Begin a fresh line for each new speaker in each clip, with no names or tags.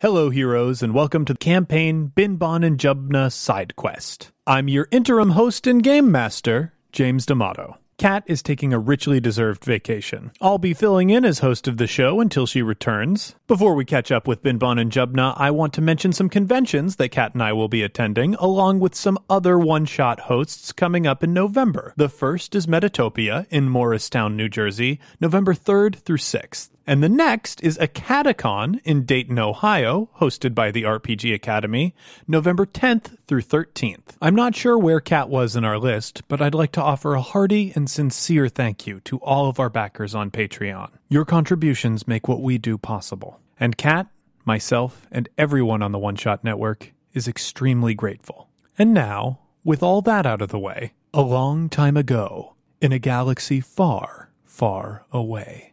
Hello, heroes, and welcome to the campaign Binbon and Jubna side quest. I'm your interim host and game master, James D'Amato. Kat is taking a richly deserved vacation. I'll be filling in as host of the show until she returns. Before we catch up with Binbon and Jubna, I want to mention some conventions that Kat and I will be attending, along with some other one shot hosts coming up in November. The first is Metatopia in Morristown, New Jersey, November 3rd through 6th. And the next is a Catacon in Dayton, Ohio, hosted by the RPG Academy, November 10th through 13th. I'm not sure where Cat was in our list, but I'd like to offer a hearty and sincere thank you to all of our backers on Patreon. Your contributions make what we do possible. And Cat, myself, and everyone on the One Shot Network is extremely grateful. And now, with all that out of the way, a long time ago, in a galaxy far, far away.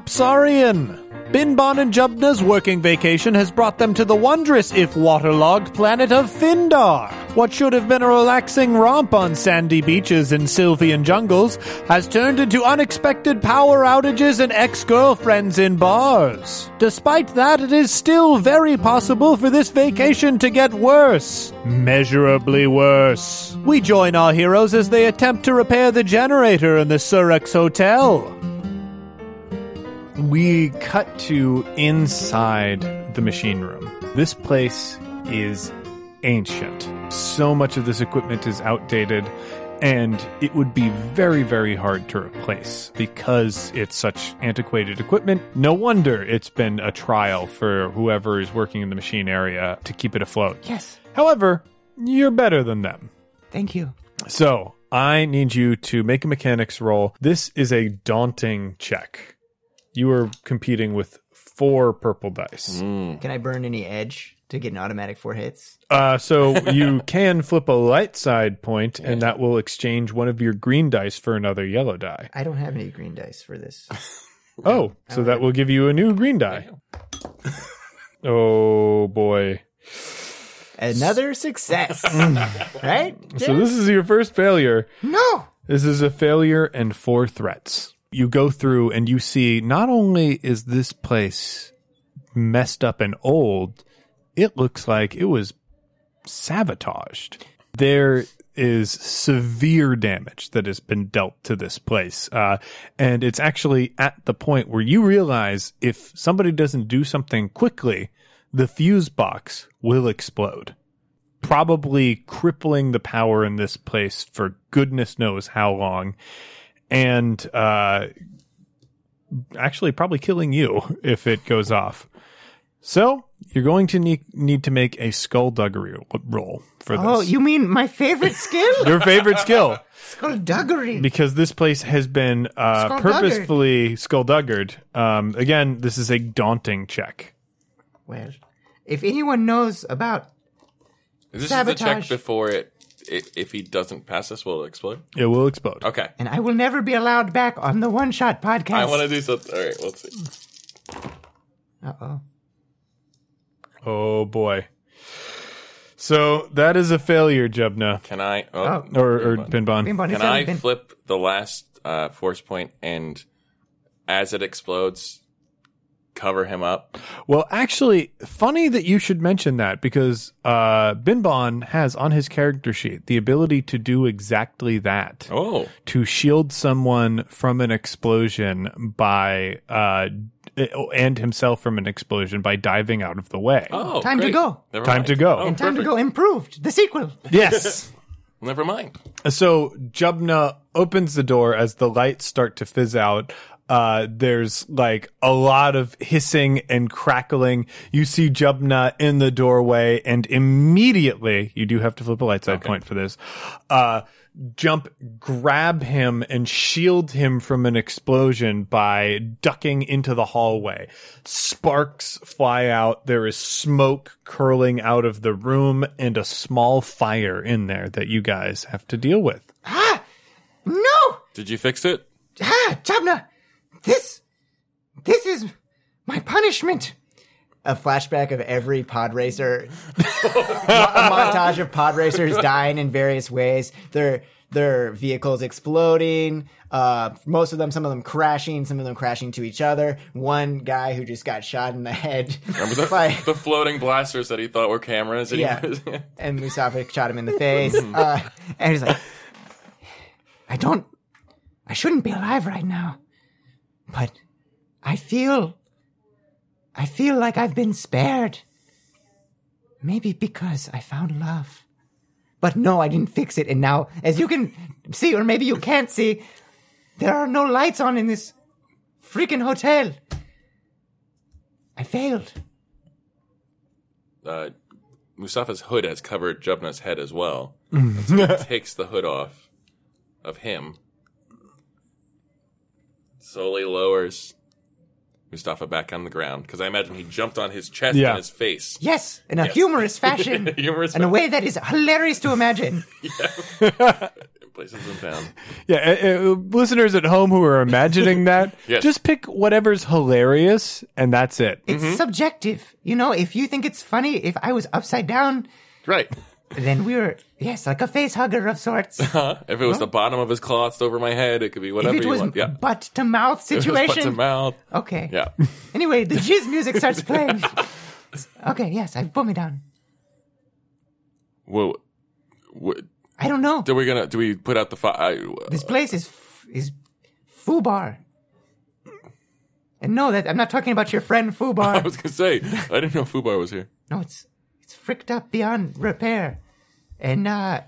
Prelapsarian! Binbon and Jubna's working vacation has brought them to the wondrous, if waterlogged, planet of Findar. What should have been a relaxing romp on sandy beaches and Sylvian jungles has turned into unexpected power outages and ex girlfriends in bars. Despite that, it is still very possible for this vacation to get worse. Measurably worse. We join our heroes as they attempt to repair the generator in the Surex Hotel. We cut to inside the machine room. This place is ancient. So much of this equipment is outdated, and it would be very, very hard to replace because it's such antiquated equipment. No wonder it's been a trial for whoever is working in the machine area to keep it afloat.
Yes.
However, you're better than them.
Thank you.
So I need you to make a mechanics roll. This is a daunting check. You are competing with four purple dice.
Can I burn any edge to get an automatic four hits?
Uh, so you can flip a light side point, and that will exchange one of your green dice for another yellow die.
I don't have any green dice for this.
Oh, so that will give you a new green die. Oh boy.
Another success. right?
So this is your first failure.
no.
This is a failure and four threats. You go through and you see not only is this place messed up and old, it looks like it was sabotaged. There is severe damage that has been dealt to this place. Uh, and it's actually at the point where you realize if somebody doesn't do something quickly, the fuse box will explode probably crippling the power in this place for goodness knows how long, and uh, actually probably killing you if it goes off. So you're going to need, need to make a skullduggery roll for this.
Oh, you mean my favorite skill?
Your favorite skill,
it's called duggery.
because this place has been uh,
Skullduggered.
purposefully skullduggered. Um, again, this is a daunting check.
well, if anyone knows about
This is the
Sabotage.
check before it, it. If he doesn't pass this, will it explode?
It will explode.
Okay.
and I will never be allowed back on the one shot podcast.
I want to do something. All right, let's see.
Uh oh.
Oh boy. So that is a failure, Jubna.
Can I? Oh,
Oh.
or, or Binbon.
can I flip the last uh, force point and, as it explodes, cover him up?
Well, actually, funny that you should mention that because uh, Binbon has on his character sheet the ability to do exactly that.
Oh,
To shield someone from an explosion by, uh, and himself from an explosion by diving out of the way.
oh,
Time to
great.
go.
Never
Time
mind.
to go.
Oh,
And
Time to go improved. The sequel.
Yes.
Never mind.
So Jubna opens the door as the lights start to fizz out. Uh, there's like a lot of hissing and crackling. You see Jubna in the doorway, and immediately you do have to flip a light side point for this. Uh, jump, grab him, and shield him from an explosion by ducking into the hallway. Sparks fly out. There is smoke curling out of the room and a small fire in there that you guys have to deal with.
Ah! No!
Did you fix it?
Ah, Jabna! This, this is my punishment. A flashback of every pod racer, a montage of pod racers dying in various ways. Their their vehicles exploding. Uh, most of them, some of them crashing, some of them crashing to each other. One guy who just got shot in the head.
Remember the,
by-
the floating blasters that he thought were cameras? And
Yeah.
He was,
and Musafa shot him in the face. Uh, and he's like, I don't, I shouldn't be alive right now, but I feel, I feel like I've been spared. Maybe because I found love. But no, I didn't fix it. And now, as you can see, or maybe you can't see, there are no lights on in this freaking hotel. I failed.
uh, Mustafa's hood has covered Jubna's head as well. And so he takes the hood off of him. Slowly lowers Mustafa back on the ground because I imagine he jumped on his chest
Yeah.
and his face.
Yes, in a humorous fashion.
Humorous
in a
fashion.
way that is hilarious to imagine.
Places him down.
Yeah, uh, uh, listeners at home who are imagining that,
Yes.
just pick whatever's hilarious, and that's it.
It's
Mm-hmm.
subjective. You know, if you think it's funny, if I was upside down,
Right.
then we were, yes, like a face hugger of sorts. if
Huh? If it was the bottom of his cloths over my head, it could be whatever
it
you
was
want. Yeah.
butt to mouth
It was butt
situation.
to mouth.
Okay.
Yeah.
Anyway, the jizz music starts playing. okay, yes, I put me down.
Whoa. What,
I don't know.
do we gonna do we put out the fire?
this place is f- is foobar. And no, that I'm not talking about your friend
I
foobar.
was gonna say I didn't know Fubar was here.
No, it's it's fricked up beyond repair. And uh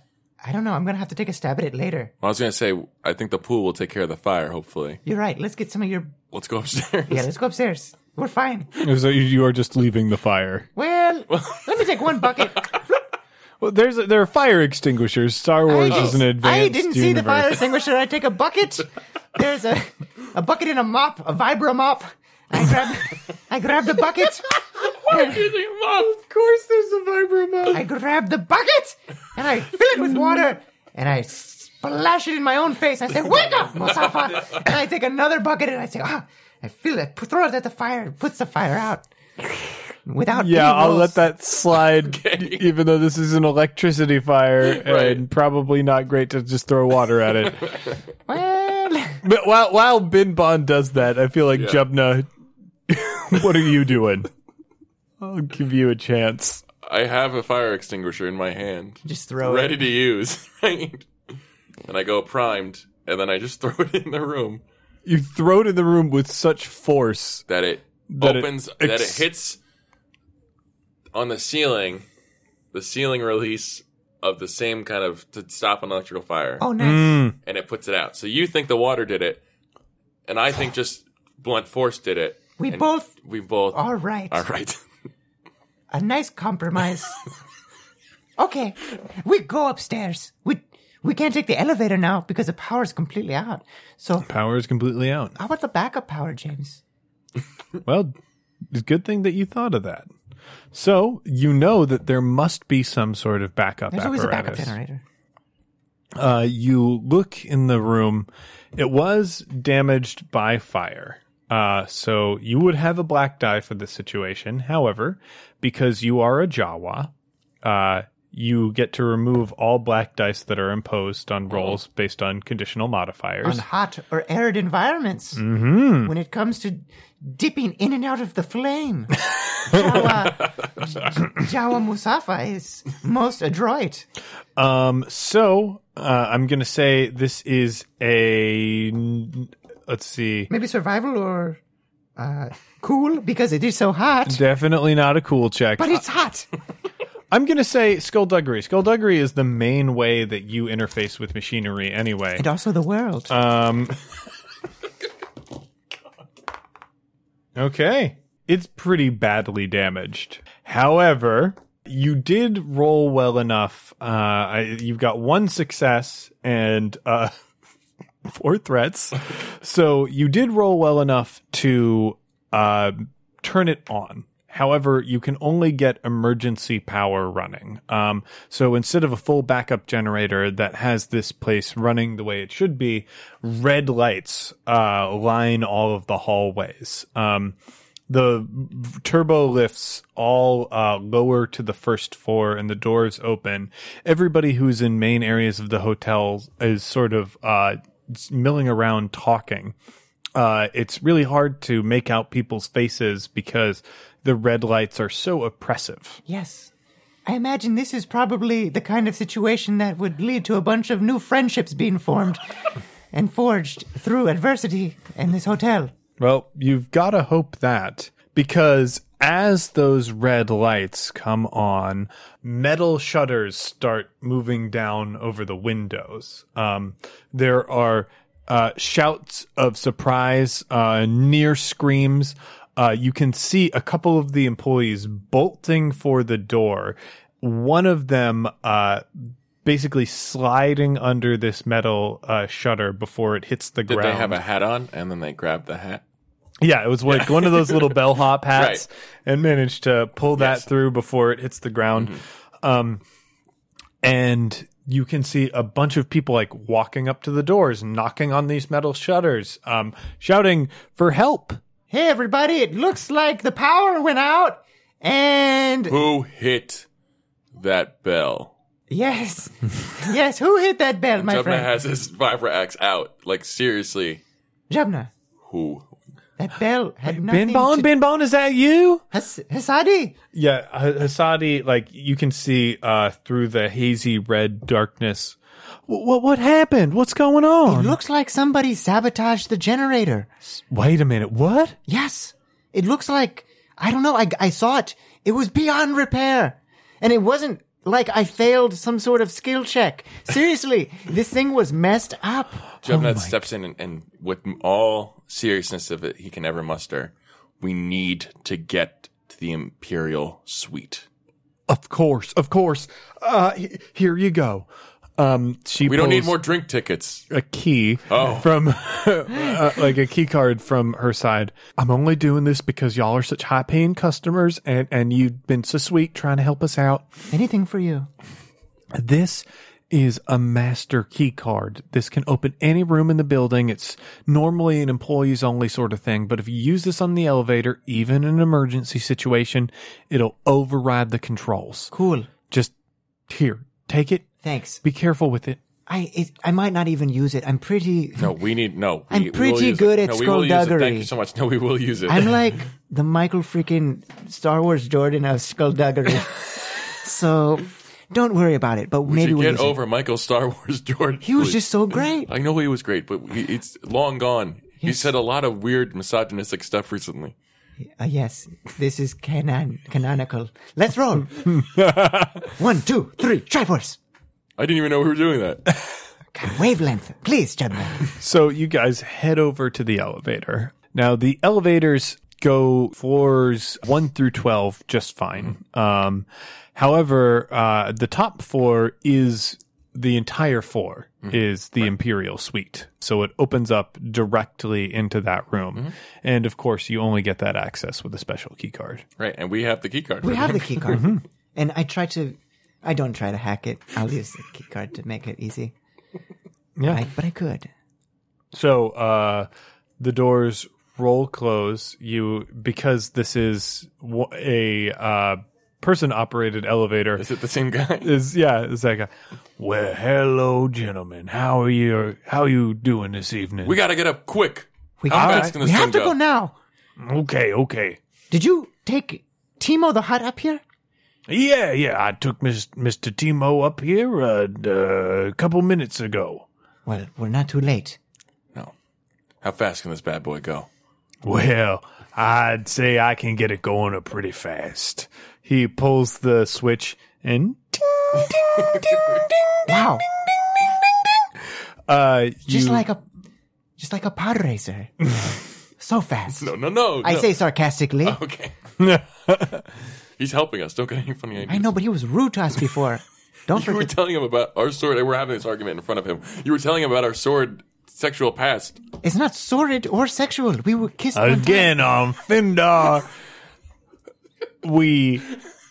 I don't know, I'm gonna have to take a stab at it later.
I was gonna say I think the pool will take care of the fire. Hopefully,
You're right, let's get some of your
let's go upstairs.
Yeah, let's go upstairs. We're fine.
So you- you are just leaving the fire.
Well let me take one bucket.
Well, there's there are fire extinguishers. Star Wars
I,
is an advanced
I didn't see the
universe.
fire extinguisher. I take a bucket. There's a a bucket and a mop, a vibra mop. I grab I grab the bucket.
of course, there's a vibro
I grab the bucket and I fill it with water and I splash it in my own face. I say, "Wake up, Mustafa!" And I take another bucket and I say, "Ah!" I fill it, throw it at the fire, it puts the fire out. Without
Yeah,
any
I'll
rules.
let that slide, even though this is an electricity fire and
Right.
probably not great to just throw water at it.
Well,
but while while Bin Bon does that, I feel like
Yeah.
Jubna, what are you doing? I'll give you a chance.
I have a fire extinguisher in my hand,
just throw
ready
it.
to use. Right, and I go primed, and then I just throw it in the room
You throw it in the room with such force
that it
That it
opens,
ex-
that it hits on the ceiling, the ceiling release of the same kind of to stop an electrical fire.
Oh, nice.
and it puts it out. So you think the water did it, and I think just blunt force did it.
We
And
both
we both
are right.
are right.
A nice compromise. okay, we go upstairs. We we can't take the elevator now because the power's completely out. So
power is completely out.
how about the backup power, James?
Well, it's a good thing that you thought of that. So you know that there must be some sort of backup
There's always
apparatus.
a backup generator.
Uh, you look in the room. It was damaged by fire. Uh, so you would have a black die for this situation. However, because you are a Jawa, uh, you get to remove all black dice that are imposed on rolls based on conditional modifiers.
on hot or arid environments
Mm-hmm.
when it comes to dipping in and out of the flame. Jawa, Jawa Musafa is most adroit.
Um, so uh, I'm gonna say this is a let's see,
Maybe survival or uh, cool because it is so hot,
definitely not a cool check.
but it's hot.
I'm gonna say skullduggery. Skullduggery is the main way that you interface with machinery, anyway.
And also the world.
Um, okay, it's pretty badly damaged. However, you did roll well enough. Uh, I, you've got one success and uh, four threats, so you did roll well enough to uh, turn it on. However, you can only get emergency power running. Um, so instead of a full backup generator that has this place running the way it should be, red lights uh, line all of the hallways. Um, The v- turbo lifts all uh, lower to the first floor, and the doors open. Everybody who's in main areas of the hotel is sort of uh, milling around talking. Uh, it's really hard to make out people's faces because the red lights are so oppressive.
Yes. I imagine this is probably the kind of situation that would lead to a bunch of new friendships being formed and forged through adversity in this hotel.
Well, you've got to hope that because as those red lights come on, metal shutters start moving down over the windows. Um, there are uh, shouts of surprise, uh, near screams. Uh, you can see a couple of the employees bolting for the door. One of them uh, basically sliding under this metal uh, shutter before it hits the
Did
ground.
they have a hat on and then they grabbed the hat?
Yeah, it was like one of those little bellhop hats
Right.
and managed to pull that through before it hits the ground. Um, and you can see a bunch of people like walking up to the doors, knocking on these metal shutters, um, shouting for help.
Hey, everybody, it looks like the power went out. And
Who hit that bell?
yes, yes, who hit that bell, my
Jubna
friend?
has his vibra axe out. Like seriously,
Jubna,
who?
that bell had nothing
Bin Bon,
to
Bin Bon, is that you?
Has- Hasadi,
Yeah, H- Hasadi, like you can see uh, through the hazy red darkness. What what happened? What's going on?
looks like somebody sabotaged the generator.
Wait a minute. What?
Yes. It looks like, I don't know, I, I saw it. It was beyond repair. And it wasn't like I failed some sort of skill check. Seriously, this thing was messed up.
Jubna steps in and, and, with all seriousness of it, he can ever muster. We need to get to the imperial suite.
Of course, of course. Uh, he- here you go. Um, she
We don't need
pulls
more drink tickets.
a key
Oh.
from uh, like a key card from her side. I'm only doing this because y'all are such high paying customers, and and you've been so sweet trying to help us out.
Anything for you.
This is a master key card. This can open any room in the building. It's normally an employees only sort of thing, but if you use this on the elevator, even in an emergency situation, it'll override the controls.
Cool.
Just here, take it.
Thanks.
Be careful with it.
I it, I might not even use it. I'm pretty.
No, we need no.
I'm
we,
pretty
we'll use
good
it.
at
no, we will use it. Thank
skullduggery.
you so much. No, we will use it.
I'm like the Michael freaking Star Wars Jordan of skullduggery. so don't worry about it. But
Would
maybe
you
we'll
get
use it.
over Michael Star Wars Jordan.
He was
please?
just so great.
I know he was great, but we, it's long gone. He said a lot of weird misogynistic stuff recently.
Uh, yes, this is canon canonical. Let's roll. One, two, three. Triforce.
I didn't even know we were doing that.
God, wavelength, please, gentlemen.
So you guys head over to the elevator. Now the elevators go floors one through twelve just fine. Um, however, uh, the top floor is the entire floor is the imperial suite, so it opens up directly into that room. And of course, you only get that access with a special key card.
right, and we have the key card.
We have the key card,
Mm-hmm.
and I try to. I don't try to hack it. I'll use the key card to make it easy.
Yeah.
I, but I could.
So uh, the doors roll close. You because this is wh- a uh, person operated elevator.
Is it the same guy?
Is yeah, it's like a, well, hello, gentlemen. How are you? How are you doing this evening?
We gotta get up quick.
We,
How
have
fast
to-
can Ah, this
we have
thing
to
go?
go now.
okay, okay.
Did you take Timo the Hut up here?
Yeah, yeah. I took Miss, Mr. Timo up here uh, d- uh, a couple minutes ago.
Well, we're not too late.
No. How fast can this bad boy go?
Well, I'd say I can get it going uh, pretty fast. He pulls the switch and
Wow,
uh,
just
you-
like a, just like a pod racer. so fast.
No, no, no.
I
no. Uh,
say sarcastically.
Okay. He's helping us. Don't get any funny ideas.
I know, but he was rude to us before. Don't
You were
forget.
telling him about our sword. We're having this argument in front of him. You were telling him about our sword sexual past.
It's not sordid or sexual. We were kissed one time.
again on Findar, we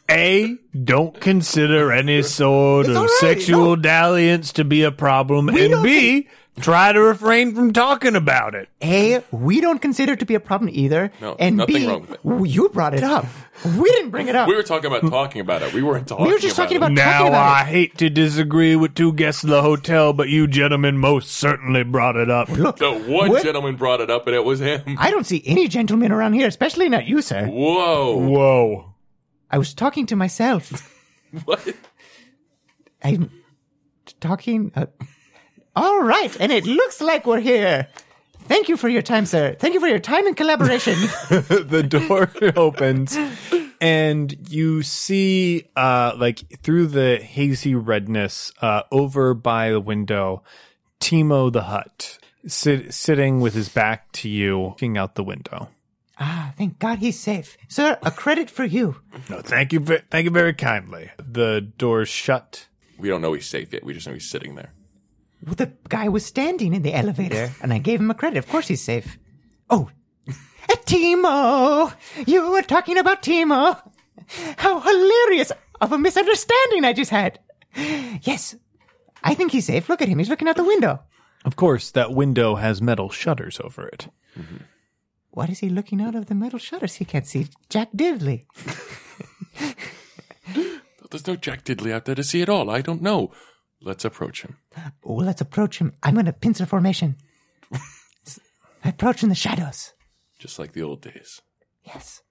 a don't consider any sort
It's
of
all right,
sexual
no.
dalliance to be a problem,
We
and
don't
b
Try to refrain from talking about it.
A, we don't consider it to be a problem either.
No,
and
nothing
B,
wrong with it.
w- you brought it up. We didn't bring it up.
We were talking about talking about it. We weren't talking.
Hmm. We were just talking about-
it.
Now
Talking about
I hate to disagree with two guests of the hotel, but you gentlemen most certainly brought it up.
Look,
No, one
what-
gentleman brought it up, and it was him.
I don't see any gentlemen around here, especially not you, sir.
Whoa!
Whoa.
I was talking to myself.
What?
I'm talking. Uh, all right, and it looks like we're here. Thank you for your time, sir. Thank you for your time and collaboration.
the door opens and you see uh like through the hazy redness uh over by the window Timo the Hut sit- sitting with his back to you looking out the window.
ah, thank God he's safe, sir. A credit for you.
No, thank you ve- thank you very kindly. The door's shut.
We don't know he's safe yet. We just know he's sitting there.
Well, the guy was standing in the elevator, and I gave him a credit. Of course, he's safe. Oh, Uh, Timo! You were talking about Timo. How hilarious of a misunderstanding I just had. Yes, I think he's safe. Look at him; he's looking out the window.
Of course, that window has metal shutters over it.
What is he looking out of the metal shutters? He can't see Jack Diddley.
There's no Jack Diddley out there to see at all. I don't know. Let's approach him.
Oh, let's approach him. I'm in a pincer formation. approach in the shadows.
Just like the old days.
Yes,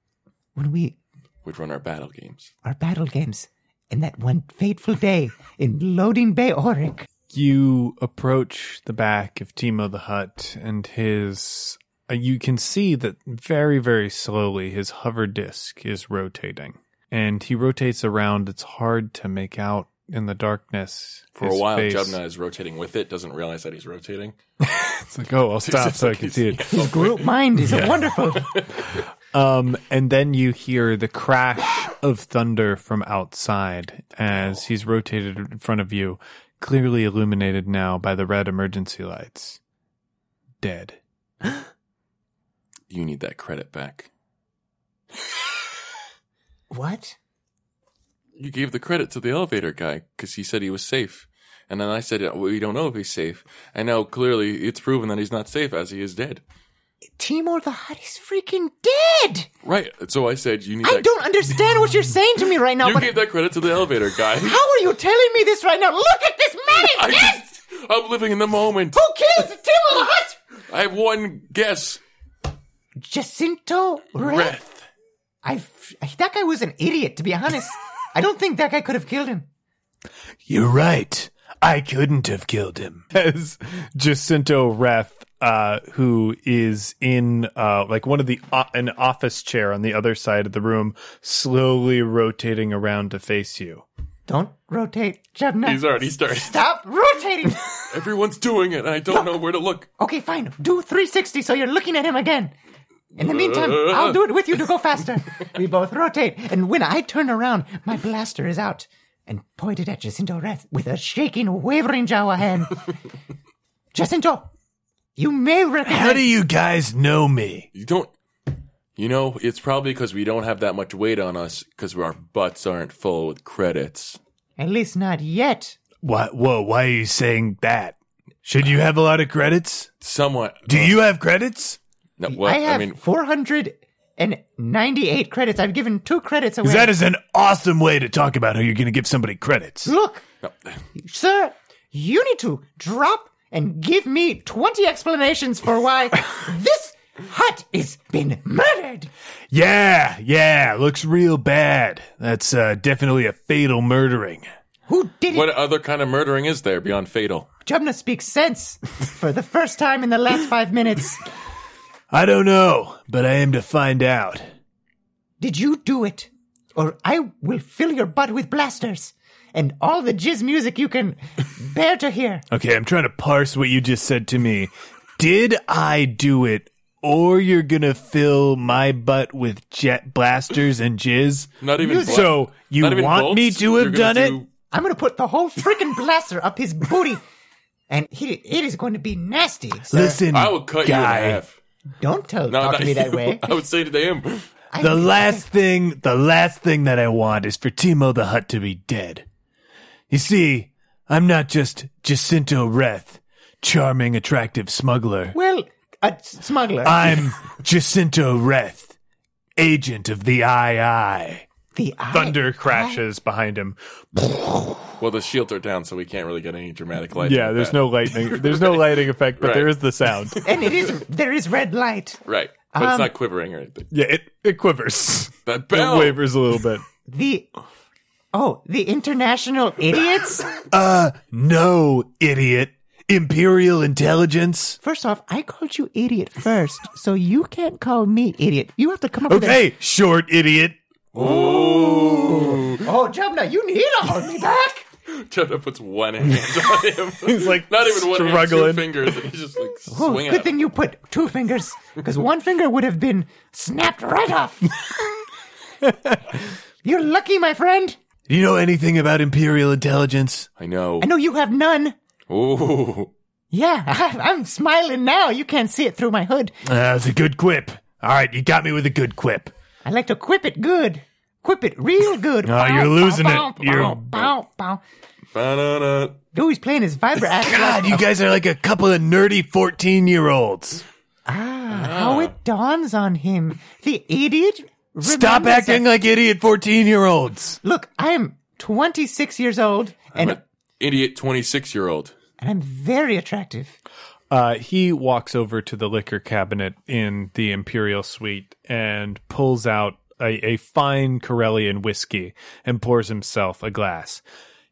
when we
We'd run our battle games.
our battle games in that one fateful day in Loading Bay, Oric.
you approach the back of Timo the Hut and his uh, you can see that very very slowly his hover disc is rotating and he rotates around it's hard to make out in the darkness
For
his
a while,
face.
Jubna is rotating with it, doesn't realize that he's rotating.
it's like oh I'll stop so I can see it
His group mind is wonderful.
um and then you hear the crash of thunder from outside as he's rotated in front of you clearly illuminated now by the red emergency lights dead
You need that credit back.
What?
You gave the credit to the elevator guy because he said he was safe. And then I said, "Yeah, we don't know if he's safe. And now clearly it's proven that he's not safe as he is dead.
Timor the Hutt is freaking dead.
Right. So I said, you need
I
that.
don't understand what you're saying to me right now.
you
but
gave that credit to the elevator guy.
how are you telling me this right now? Look at this
I
mannequin
just, I'm living in the moment.
who killed Timor the Hutt.
I have one guess.
Jacinto Red.
Breath.
I that guy was an idiot, to be honest. I don't think that guy could have killed him.
You're right. I couldn't have killed him. As Jacinto Reth, uh, who is in uh, like one of the o an office chair on the other side of the room, slowly rotating around to face you.
Don't rotate, Jabna.
He's already started.
Stop rotating.
Everyone's doing it, and I don't know where to look.
okay, fine. Do 360 so you're looking at him again. In the meantime, I'll do it with you to go faster. we both rotate, and when I turn around, my blaster is out and pointed at Jacinto Reth with a shaking, wavering Jawa hand. Jacinto, you may recognize.
you guys know me?
You don't. You know, it's probably because we don't have that much weight on us because our butts aren't full with credits.
at least not yet.
Why, whoa, why are you saying that? Should you have a lot of credits?
Someone.
you have credits?
No, what?
I
Uh, I,
have
mean,
498 credits. I've given two credits away.
is an awesome way to talk about how you're going to give somebody credits.
Look,
no,
sir, you need to drop and give me 20 explanations for why this hut is been murdered.
Yeah, yeah, looks real bad. That's uh, definitely a fatal murdering.
Who did it?
what other kind of murdering is there beyond fatal?
Jumna speaks sense for the first time in the last five minutes.
I don't know, but I am to find out.
Did you do it? Or I will fill your butt with blasters and all the jizz music you can bear to hear.
Okay, I'm trying to parse what you just said to me. Did I do it, or you're gonna fill my butt with jet blasters and jizz?
Not even. bla-
So you
not even
want
bolts?
me to have
You're gonna
done it?
do-
I'm going to put the whole freaking blaster up his booty. And he, it is going to be nasty. sir.
Listen,
I will cut
guy.
you in half.
Don't tell
No,
talk
not
to me that
you.
way.
I would say to him,
I-
The last thing, the last thing that I want is for Timo the Hutt to be dead. You see, I'm not just Jacinto Reth. charming, attractive smuggler.
Well, a s- smuggler.
I'm Jacinto Reth, agent of the II.
the eye.
Thunder crashes behind him.
Well, the shields are down, so we can't really get any dramatic light.
Yeah, there's no lightning. There's no lighting effect, but
Right.
there is the sound.
And it is there is red light.
Right. But
Um,
it's not quivering or anything.
Yeah, it, it quivers.
That
It
bell.
wavers a little bit.
The oh, the international idiots.
No, idiot. Imperial intelligence.
First off, I called you idiot first, so you can't call me idiot. You have to come up with
Okay, short idiot.
a... Oh, Jumna, you need to hold me back.
Jonah puts one hand on him.
He's like
not even one
struggling.
hand, two fingers. and He's just like
Oh,
swinging.
good
at him.
thing you put two fingers, because one finger would have been snapped right off. You're lucky, my friend.
Do you know anything about Imperial intelligence?
I know.
I know you have none.
Ooh.
Yeah, I, am smiling now. You can't see it through my hood.
Uh, that's a good quip. All right, you got me with a good quip.
I like to quip it good. Quip it real good.
Oh, you're losing it. You're-
Bow, bow, bow.
Ba-na-na.
Dude, he's playing his uh, vibra act. like,
God, you guys are like a couple of nerdy 14 year olds.
How it dawns on him. The idiot.
Stop
remembers
acting
that-
like idiot 14 year olds.
Look, I'm 26 years old, and
But idiot 26 year old.
and I'm very attractive.
Uh, he walks over to the liquor cabinet in the Imperial suite and pulls out a, a fine Corellian whiskey and pours himself a glass.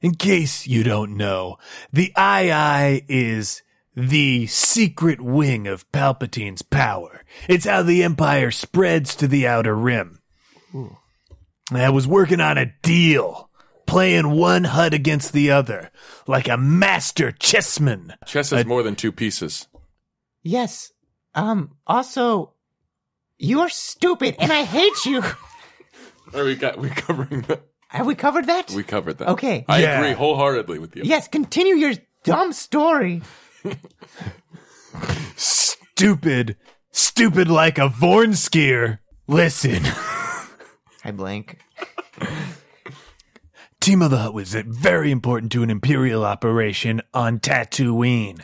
In case you don't know, the II is the secret wing of Palpatine's power. It's how the Empire spreads to the Outer Rim. I was working on a deal, playing one hut against the other, like a master chessman.
Chess has more than two pieces.
Yes. Um. Also, you're stupid, and I hate you.
Or we got we covering that.
Have we covered that?
We covered that.
Okay.
I
Yeah.
agree wholeheartedly with you.
Yes. Continue your dumb story.
stupid, stupid like a Vornskier. Listen,
I blank.
Team of the Hut was very important to an Imperial operation on Tatooine.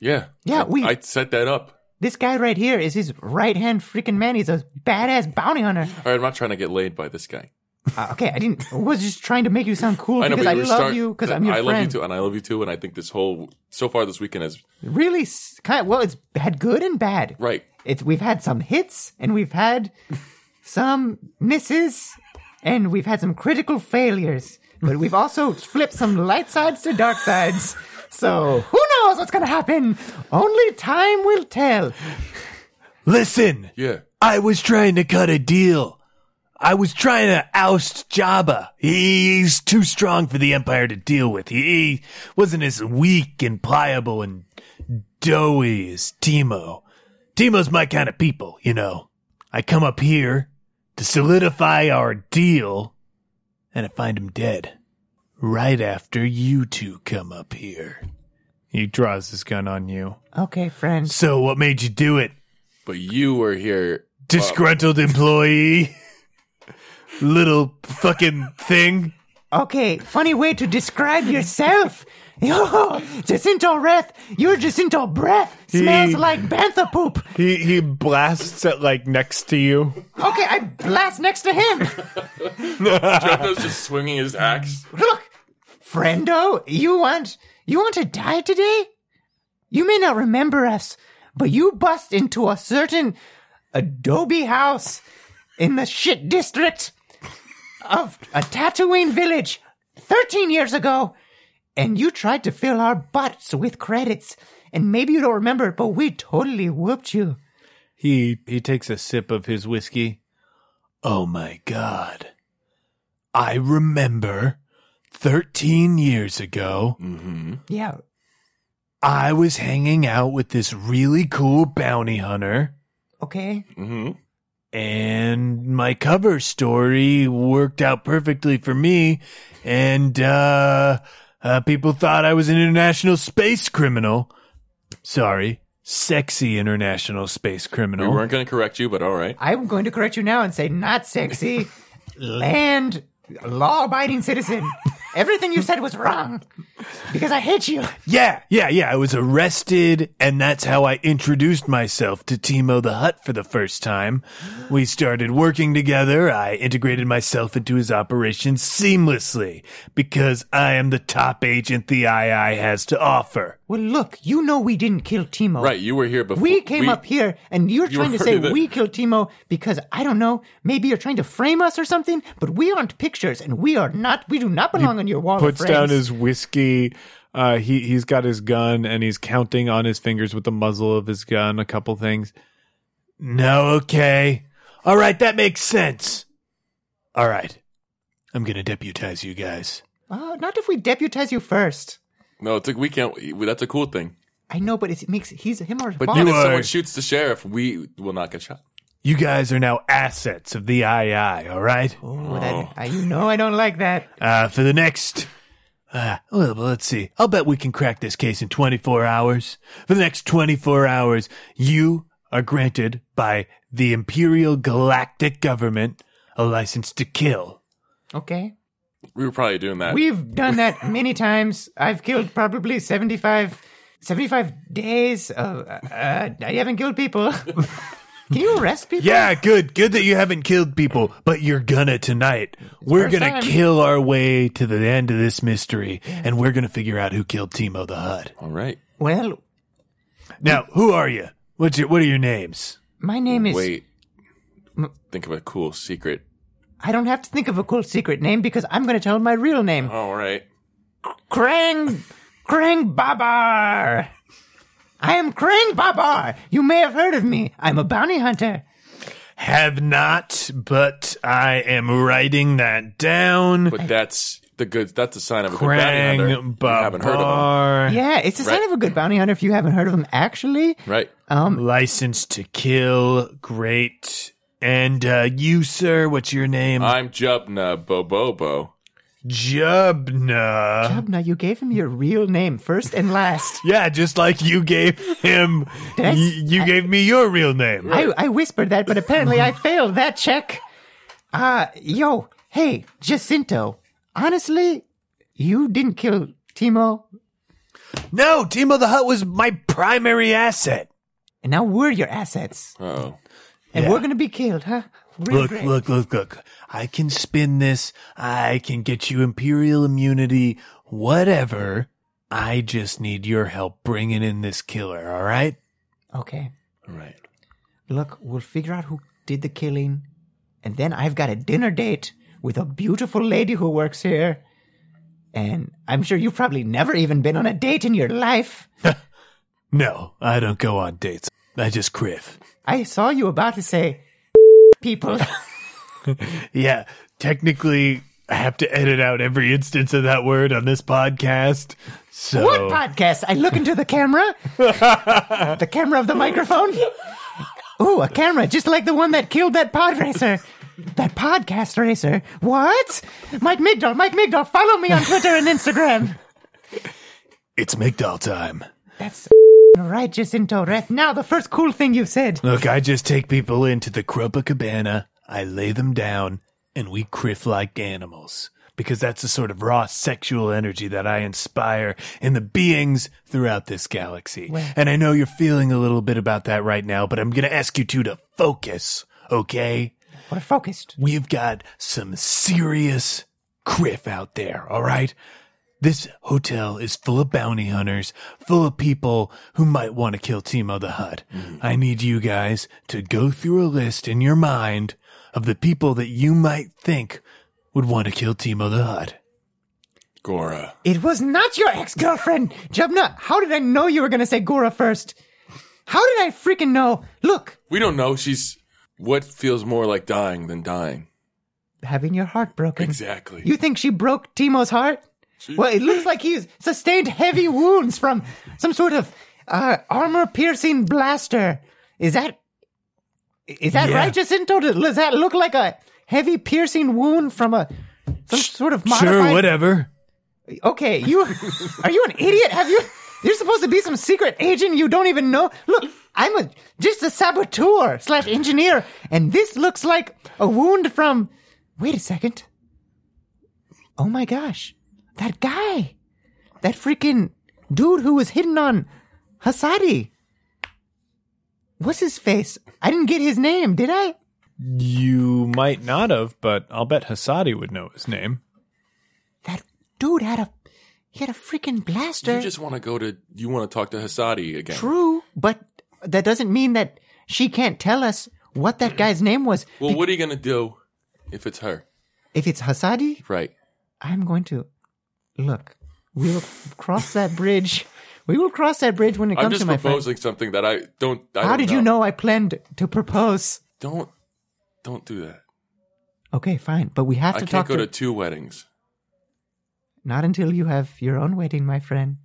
Yeah.
Yeah,
I-
we-
I set that up.
This guy right here is his right hand freaking man. He's a badass bounty hunter.
All right, I'm not trying to get laid by this guy.
Uh, okay, I didn't. I was just trying to make you sound cool
I know,
because
but
I
you were
love
start-
you because
that-
I'm your
I
friend.
love you too, and I love you too, and I think this whole so far this weekend has
Really, s- kind of, well, it's had good and bad.
right.
It's we've had some hits and we've had some misses and we've had some critical failures, but we've also flipped some light sides to dark sides. So who knows what's gonna happen? Only time will tell.
Listen,
Yeah.
I was trying to cut a deal. I was trying to oust Jabba. He's too strong for the Empire to deal with. He, he wasn't as weak and pliable and doughy as Timo. Timo's my kind of people, you know. I come up here to solidify our deal, and I find him dead. Right after you two come up here. He draws his gun on you.
Okay, friend.
So, what made you do it?
But you were here.
disgruntled employee little fucking thing
Okay, funny way to describe yourself. Yo, Jacinto Reth, your Jacinto breath smells
He-
like bantha poop.
he he blasts it like next to you
Okay, I blast next to him.
Jonah's just swinging his axe.
Look, friendo, you want you want to die today? You may not remember us, but you bust into a certain adobe house in the shit district of a Tatooine village 13 years ago, and you tried to fill our butts with credits. And maybe you don't remember, but we totally whooped you.
he he takes a sip of his whiskey oh my god i remember 13 years ago
Yeah,
i was hanging out with this really cool bounty hunter
okay.
hmm
and my cover story worked out perfectly for me and uh, uh people thought i was an international space criminal sorry sexy international space
We
criminal
weren't going to correct you, but all right.
I'm going to correct you now and say not sexy, land, law abiding citizen. Everything you said was wrong because I hate you.
Yeah, yeah, yeah. I was arrested, and that's how I introduced myself to Timo the Hut for the first time. We started working together. I integrated myself into his operation seamlessly because I am the top agent the II has to offer.
Well, look, you know we didn't kill Timo.
Right, you were here before.
We came up here, and you're trying to
were
say
the-
we killed Timo because I don't know. Maybe you're trying to frame us or something, but we aren't pictures, and we are not. We do not belong on your wall.
puts
of frames.
down his whiskey. Uh, he he's got his gun and he's counting on his fingers with the muzzle of his gun. A couple things. No, okay, all right, that makes sense. All right, I'm gonna deputize you guys.
Oh, not if we deputize you first.
No, it's like we can't. we- That's a cool thing.
I know, but it's, it makes he's him or
But
Bob.
then
you
if
are-
someone shoots the sheriff, we will not get shot.
You guys are now assets of the II. All right.
Oh, that- I- you know I don't like that.
Uh, for the next. Uh, well, but let's see. I'll bet we can crack this case in 24 hours. For the next 24 hours, you are granted by the Imperial Galactic Government a license to kill.
Okay,
We were probably doing that.
we've done that many times. I've killed probably 75, 75 days. Of, uh, uh, I haven't killed people. Can you arrest people?
Yeah, good. Good that you haven't killed people, but you're gonna tonight. We're
first
gonna
time.
kill our way to the end of this mystery, and we're gonna figure out who killed Timo the Hutt.
All right.
Well,
Now, who are you? What's your, what are your names?
my name is.
Wait. Think of a cool secret.
I don't have to think of a cool secret name because I'm going to tell my real name.
All right.
Krang, Krang Babar. I am Krang Babar. You may have heard of me. I'm a bounty hunter.
Have not, but I am writing that down.
But that's the good. That's a sign of a good bounty hunter.
Krang
You haven't heard of
Babar,
Yeah, it's a sign
Right.
of a good bounty hunter if you haven't heard of him. Actually,
him. Right.
Um,
um, license to kill, great. And uh, you, sir, what's your name?
I'm Jubna Bobobo.
Jubna.
Jubna, you gave him your real name first and last.
yeah, just like you gave him, y-
That's-
you gave me your real name.
I, I whispered that, but apparently I failed that check. Uh, yo, hey, Jacinto. Honestly, you didn't kill Timo.
No, Timo the Hut was my primary asset.
And now we're your assets.
Oh.
And
Yeah.
we're going to be killed, huh? Real
Look,
great.
look, look, look. I can spin this. I can get you imperial immunity, whatever. I just need your help bringing in this killer, all right?
Okay.
All right.
Look, we'll figure out who did the killing. And then I've got a dinner date with a beautiful lady who works here. And I'm sure you've probably never even been on a date in your life.
No, I don't go on dates. I just criff.
I saw you about to say people.
Yeah, technically, I have to edit out every instance of that word on this podcast. So,
What podcast? I look into the camera. the camera of the microphone. Ooh, a camera just like the one that killed that pod racer. That podcast racer. What? Mike Migdal, Mike Migdal, follow me on Twitter and Instagram.
it's McDowell time.
That's right, Jacinto Reth. Now, the first cool thing you've said.
Look, I just take people into the Copacabana, I lay them down, and we criff like animals. Because that's the sort of raw sexual energy that I inspire in the beings throughout this galaxy. And I know you're feeling a little bit about that right now, but I'm going to ask you two to focus, okay?
We're focused.
We've got some serious criff out there, all right? This hotel is full of bounty hunters, full of people who might want to kill Timo the Hutt. I need you guys to go through a list in your mind of the people that you might think would want to kill Timo the Hutt.
Gora.
It was not your ex girlfriend. Jubna, how did I know you were going to say Gora first? How did I freaking know? Look,
We don't know. She's what feels more like dying than dying.
having your heart broken.
Exactly.
You think she broke Timo's heart? Well, it looks like he's sustained heavy wounds from some sort of uh, armor-piercing blaster. Is that is that
Yeah.
right, Jacinto? Does that look like a heavy piercing wound from a some sort of modified?
Sure, whatever.
Okay, you are you an idiot? Have you? You're supposed to be some secret agent you don't even know. Look, I'm a just a saboteur slash engineer, and this looks like a wound from. Wait a second. Oh my gosh, that guy, that freaking dude who was hidden on Hasadi. What's his face? I didn't get his name, did I?
You might not have, but I'll bet Hasadi would know his name.
That dude had a he had a freaking blaster.
You just want to go to. You want to talk to Hasadi again.
True, but that doesn't mean that she can't tell us what that guy's name was.
Well, what are you gonna do if it's her?
If it's Hasadi,
Right.
I'm going to look. We will cross that bridge. We will cross that bridge when it
I'm
comes
just
to my friend.
proposing something that I don't. I
How
don't
did you know I planned to propose?
Don't. Don't do that.
Okay, fine, but we have
I
to
can't
talk
go to two weddings.
Not until you have your own wedding, my friend.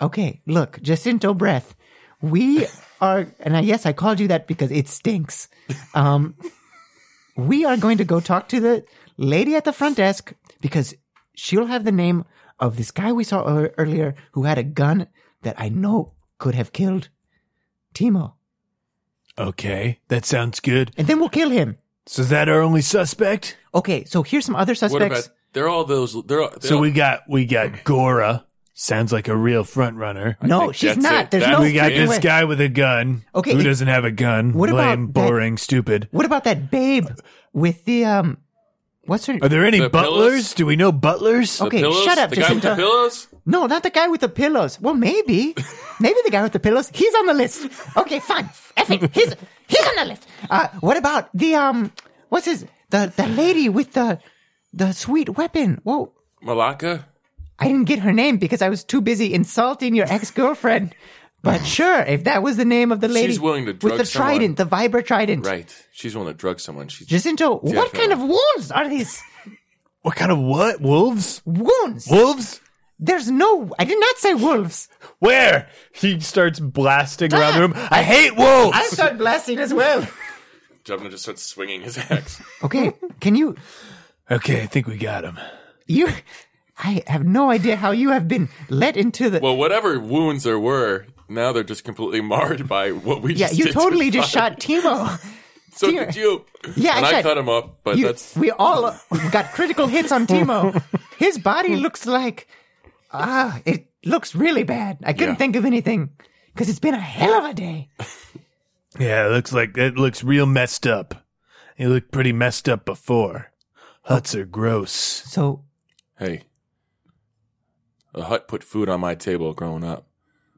Okay, look, Jacinto breath. We are, and I, yes, I called you that because it stinks. Um, we are going to go talk to the lady at the front desk because she'll have the name of this guy we saw ear- earlier who had a gun that I know could have killed Timo.
Okay, that sounds good.
And then we'll kill him.
So is that our only suspect?
Okay, so here's some other
What
suspects.
about? They're all those. They're. all- they're
So
all-
we got we got Gora. Sounds like a real front runner.
I
no,
think
she's
that's
not.
it.
There's
That's
no
it.
We got
freaking
this
way.
guy with a gun.
Okay,
who
it-
doesn't have a gun?
What about
lame,
that-
boring, stupid?
What about that babe with the um? What's her?
Are there any
The
butlers?
pillows?
Do we know butlers?
The
okay,
pillows?
shut up,
The guy with the
Jacinta.
pillows.
no, not the guy with the pillows. Well, maybe, maybe the guy with the pillows. He's on the list. Okay, fine. F it. He's he's on the list. Uh, what about the um? What's his? The the lady with the the sweet weapon. Whoa.
Malacca.
I didn't get her name because I was too busy insulting your ex girlfriend. But sure, if that was the name of the lady,
willing to
with
drug
the
someone.
trident, the Viber trident.
Right. She's willing to drug someone. She's
Jacinto, what
Definitely.
kind of wounds are these?
What kind of what? Wolves?
Wounds.
Wolves?
There's no. I did not say wolves.
Where? He starts blasting around the room.
Ah!
I hate wolves.
I start blasting as well.
Jumna just starts swinging his axe.
Okay, can you?
Okay, I think we got him.
You. I have no idea how you have been let into the.
well, whatever wounds there were, now they're just completely marred by what we.
yeah,
just
you
did to
totally
the
just
fire.
shot Timo.
So
dear.
did you?
Yeah,
and
I
I,
shot-
cut him up, but
You-
that's
we all got critical hits on Timo. His body looks like. Ah, it looks really bad. I couldn't
Yeah.
think of anything because it's been a hell of a day.
Yeah, it looks like it looks real messed up. He looked pretty messed up before. Huts are gross.
So,
hey. A hut put food on my table growing up.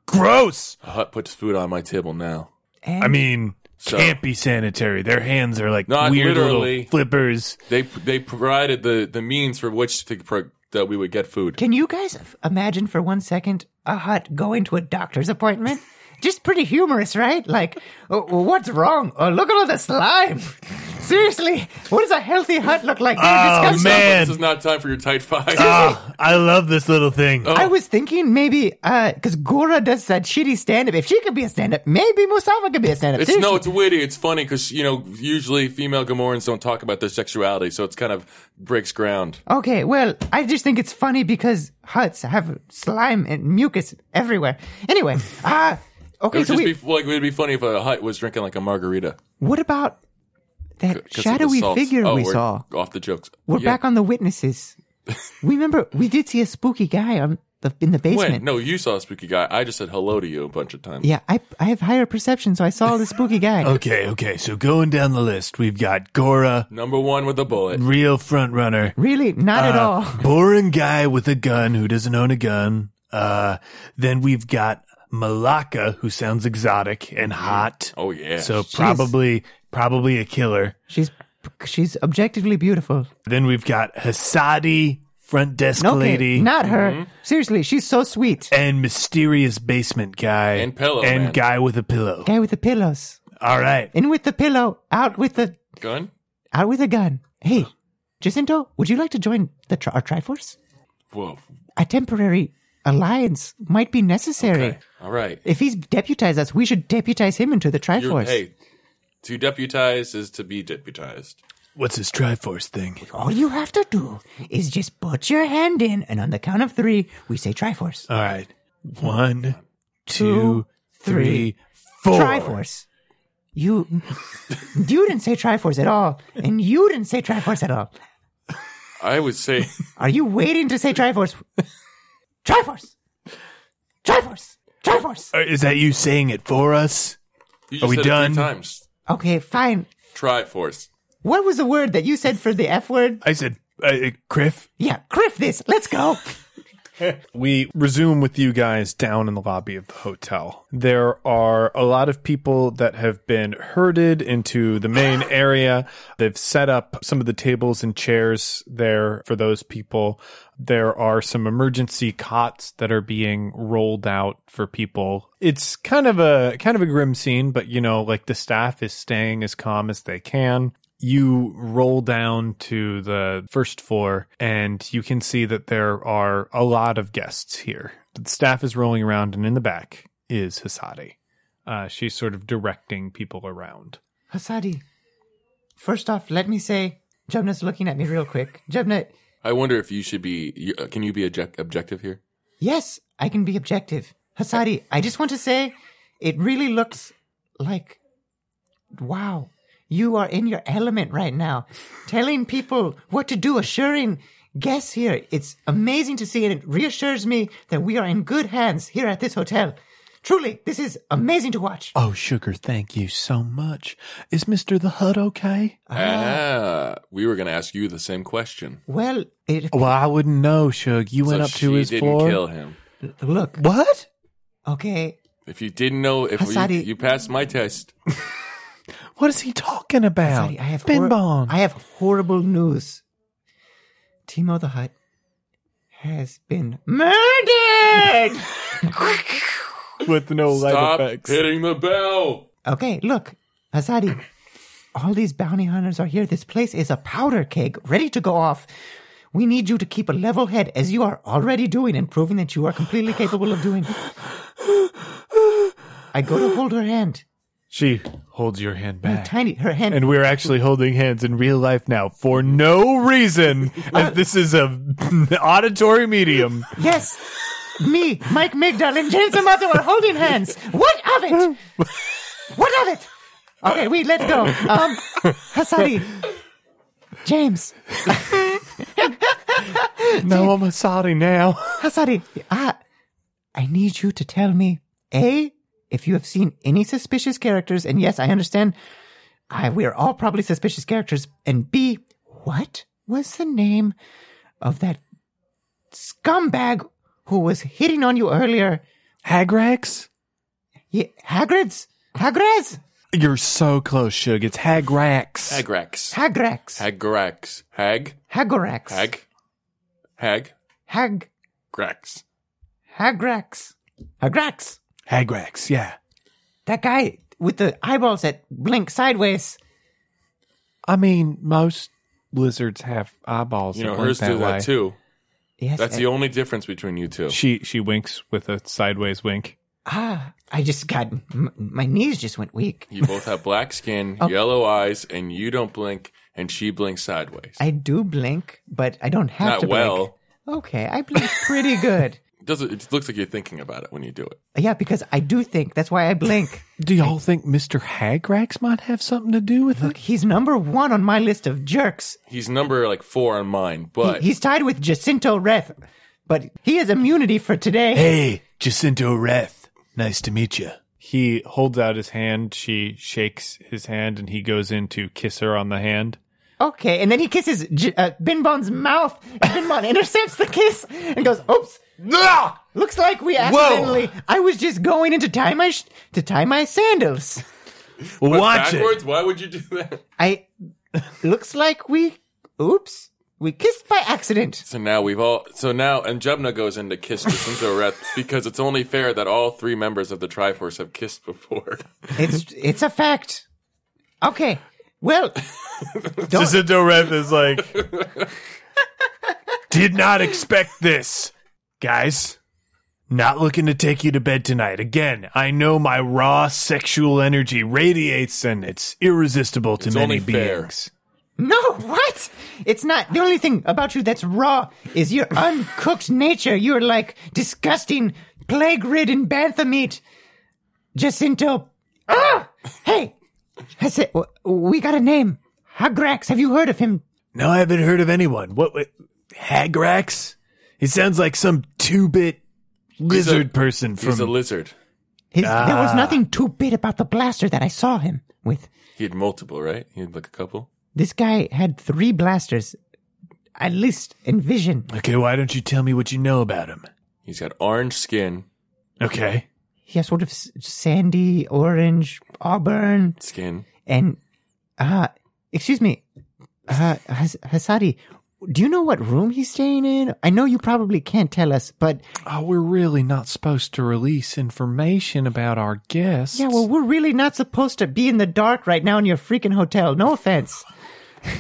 Gross.
A hut puts food on my table now.
and
I mean,
So-
can't be sanitary. Their hands are like
Not
weird
literally.
little flippers.
They they provided the the means for which to pro- that we would get food.
Can you guys f- imagine for one second a hut going to a doctor's appointment? Just pretty humorous, right? Like, oh, oh, what's wrong? Oh, look at all the slime. Seriously, what does a healthy hut look like? They're
Oh,
disgusting.
man.
This is not time for your tight five.
Ah, I love this little thing.
Oh.
I was thinking maybe because Gora does that shitty stand up. If she could be a stand up, maybe Mustafa could be a stand up.
It's no, it's witty. It's funny because you know usually female Gamorans don't talk about their sexuality, so it's kind of breaks ground.
Okay, well, I just think it's funny because huts have slime and mucus everywhere. Anyway, uh,
It
okay,
would
so
just
we,
be like it would be funny if a hut was drinking like a margarita.
what about that
'cause of the
shadowy
salt.
figure
Oh,
we
we're
saw?
off the jokes.
We're back on the witnesses. we remember we did see a spooky guy on the in the basement.
when? No, you saw a spooky guy. I just said hello to you a bunch of times.
Yeah, I I have higher perception, so I saw the spooky guy.
Oh.
Okay, okay. So going down the list, we've got Gora,
Number one with a bullet.
Mm.
real front runner.
Really, not
Uh,
at all.
boring guy with a gun who doesn't own a gun. Uh, then we've got Malacca, who sounds exotic and hot.
Oh yeah.
so probably probably a killer.
She's she's objectively beautiful.
Then we've got Hasadi, front desk
Okay,
lady,
not her.
Mm-hmm.
Seriously, she's so sweet.
and mysterious basement guy,
And pillow
and
man.
guy with a pillow.
Guy with the pillows,
All right,
in with the pillow, out with the
gun.
out with the gun. Hey, Jacinto, would you like to join the tri- our Triforce?
Whoa.
A temporary alliance might be necessary.
Okay. All right.
If he's deputized us, we should deputize him into the
You're-
Triforce.
hey, to deputize is to be deputized.
what's this Triforce thing?
All you have to do is just put your hand in, and on the count of three, we say Triforce.
All right, one, two,
Two,
three, four.
Triforce. You, you didn't say Triforce at all, and you didn't say Triforce at all.
I would say
Are you waiting to say Triforce? Triforce! Triforce! Triforce!
Uh, Is that you saying it for us?
you just
Are we
said it three
done?
times.
Okay, fine.
Triforce.
What was the word that you said for the F word?
I said, uh, Criff.
Yeah, criff this. Let's go.
We resume with you guys down in the lobby of the hotel. There are a lot of people that have been herded into the main area. They've set up some of the tables and chairs there for those people. There are some emergency cots that are being rolled out for people. It's kind of a kind of a grim scene, but you know, like the staff is staying as calm as they can you roll down to the first floor and you can see that there are a lot of guests here. The staff is rolling around, and in the back is Hasadi. Uh, she's sort of directing people around.
Hasadi, first off, let me say, Jebna's looking at me real quick. Jebna,
I wonder if you should be. You, uh, can you be object- objective here?
yes, I can be objective. Hasadi, I just want to say, it really looks like, wow, you are in your element right now, telling people what to do, assuring guests here. It's amazing to see, and it reassures me that we are in good hands here at this hotel. Truly, this is amazing to watch.
Oh, sugar, thank you so much. Is Mister the Hut okay?
Ah, we were going to ask you the same question.
Well, it
Well, I wouldn't know, Sugar. You went
so
up
she
to his
didn't
floor.
kill him.
look
What?
okay.
If you didn't know, if you,
Hasadi-
you passed my test,
What is he talking about?
Sorry, I have
Bin
hor-
Bon.
I have horrible news. Timo the Hutt has been murdered.
with no
stop hitting the bell.
okay, look, Azadi. All these bounty hunters are here. This place is a powder keg, ready to go off. We need you to keep a level head, as you are already doing, and proving that you are completely capable of doing. I go to hold her hand.
She holds your hand back.
Tiny, her hand.
and we're actually holding hands in real life now for no reason as this is a auditory medium
Yes, me, Mike Migdal, and James Amato are holding hands. What of it? What of it? Okay, we let go. Um, Hasadi, James,
no i'm sorry now
Hasadi, I, Ah, I need you to tell me a if you have seen any suspicious characters, and yes, I understand. I we are all probably suspicious characters, and b what was the name of that scumbag who was hitting on you earlier?
hagrax
Yeah, Hagrid's? Hagrid's?
you're so close shug it's hagrax
Hagrax.
Hagrax.
Hagrax. Hag.
Hagorax.
Hag. Hag.
Hag.
Grax.
Hagrax. Hagrax.
hagrax yeah
That guy with the eyeballs that blink sideways.
i mean most lizards have eyeballs
You
that
know,
look
hers do
way.
that too.
Yes.
That's
uh,
the only difference between you two.
she she winks with a sideways wink
ah, I just got m- my knees just went weak.
You both have black skin,
Oh.
yellow eyes, and you don't blink, and she blinks sideways.
I do blink, but I don't have
Not
to blink.
well.
Okay, I blink pretty good.
It doesn't it looks like you're thinking about it when you do it.
Yeah, because I do think that's why I blink.
do y'all think mr hagrax might have something to do with it
He's number one on my list of jerks.
He's number like four on mine,
He-
but
he's tied with Jacinto Reth, but he has immunity for today.
hey jacinto reth nice to meet you he holds out his hand she shakes his hand and he goes in to kiss her on the hand
Okay, and then he kisses J- uh, Binbon's mouth, and Binbon intercepts the kiss and goes, "Oops, looks like we accidentally." I was just going in to tie my sh- to tie my sandals.
but
Watch
backwards, why would you do that?
I looks like we, oops, we kissed by accident.
So now we've all so now and Jubna goes in to kiss Jacinto Reth because it's only fair that all three members of the Triforce have kissed before.
It's it's a fact. Okay, well,
it. Jacinto Reth is like, did not expect this. Guys, not looking to take you to bed tonight. Again, I know my raw sexual energy radiates and it's irresistible to
It's
many
only fair.
beings.
no, what? It's not the only thing about you that's raw is your uncooked nature. You're like disgusting plague-ridden bantha meat, Jacinto. Ah, hey, I said w- we got a name. Hagrax, have you heard of him?
No, I haven't heard of anyone. What? what Hagrax? He sounds like some two-bit lizard person
He's a
from.
lizard.
His, There was nothing too bit about the blaster that I saw him with.
He had multiple, right? He had like a couple.
This guy had three blasters, at least in vision.
okay, why don't you tell me what you know about him?
He's got orange skin.
Okay.
He has sort of s- sandy, orange, auburn,
Skin.
and uh excuse me, uh, Has- Hasadi, do you know what room he's staying in? I know you probably can't tell us, but
Oh, we're really not supposed to release information about our guests.
yeah, well, we're really not supposed to be in the dark right now in your freaking hotel. No offense.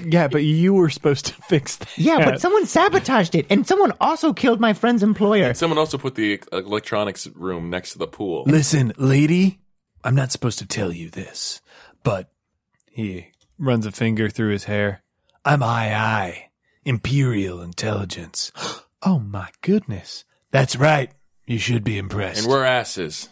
yeah, but you were supposed to fix that.
Yeah, but someone sabotaged it, and someone also killed my friend's employer.
Someone also put the uh, electronics room next to the pool.
Listen, lady, I'm not supposed to tell you this, but he runs a finger through his hair. I'm II, Imperial Intelligence. Oh my goodness. That's right. You should be impressed.
And we're asses.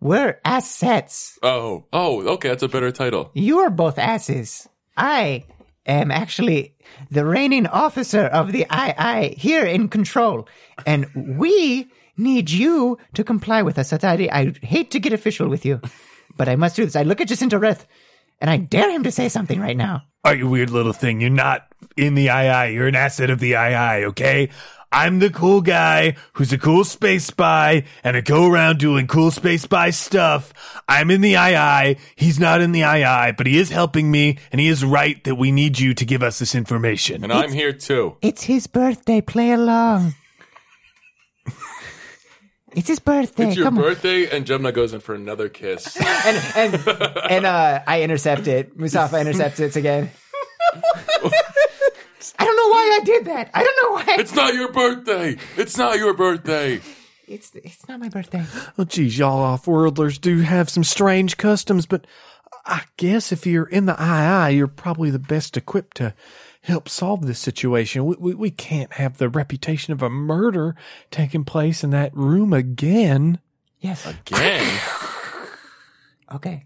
We're assets.
Oh, oh, okay, that's a better title.
You are both asses. I am actually the reigning officer of the II here in control, and we need you to comply with us. Atari, I hate to get official with you, but I must do this. I look at Jacinta Reth, and I dare him to say something right now.
Are you weird little thing? You're not in the II. You're an asset of the II, okay? I'm the cool guy who's a cool space spy and I go around doing cool space spy stuff. I'm in the II. He's not in the II, but he is helping me and he is right that we need you to give us this information.
And I'm here too.
It's his birthday. Play along. It's his birthday.
It's your
Come on.
birthday, and Jemna goes in for another kiss.
and and and uh, I intercept it. Mustafa intercepts it again. I don't know why I did that. I don't know why.
it's not your birthday. It's not your birthday.
It's it's not my birthday.
Well, Oh, geez, y'all off-worlders do have some strange customs, but I guess if you're in the II, you're probably the best equipped to help solve this situation. We, we, we can't have the reputation of a murder taking place in that room again.
Yes.
Gang.
Okay.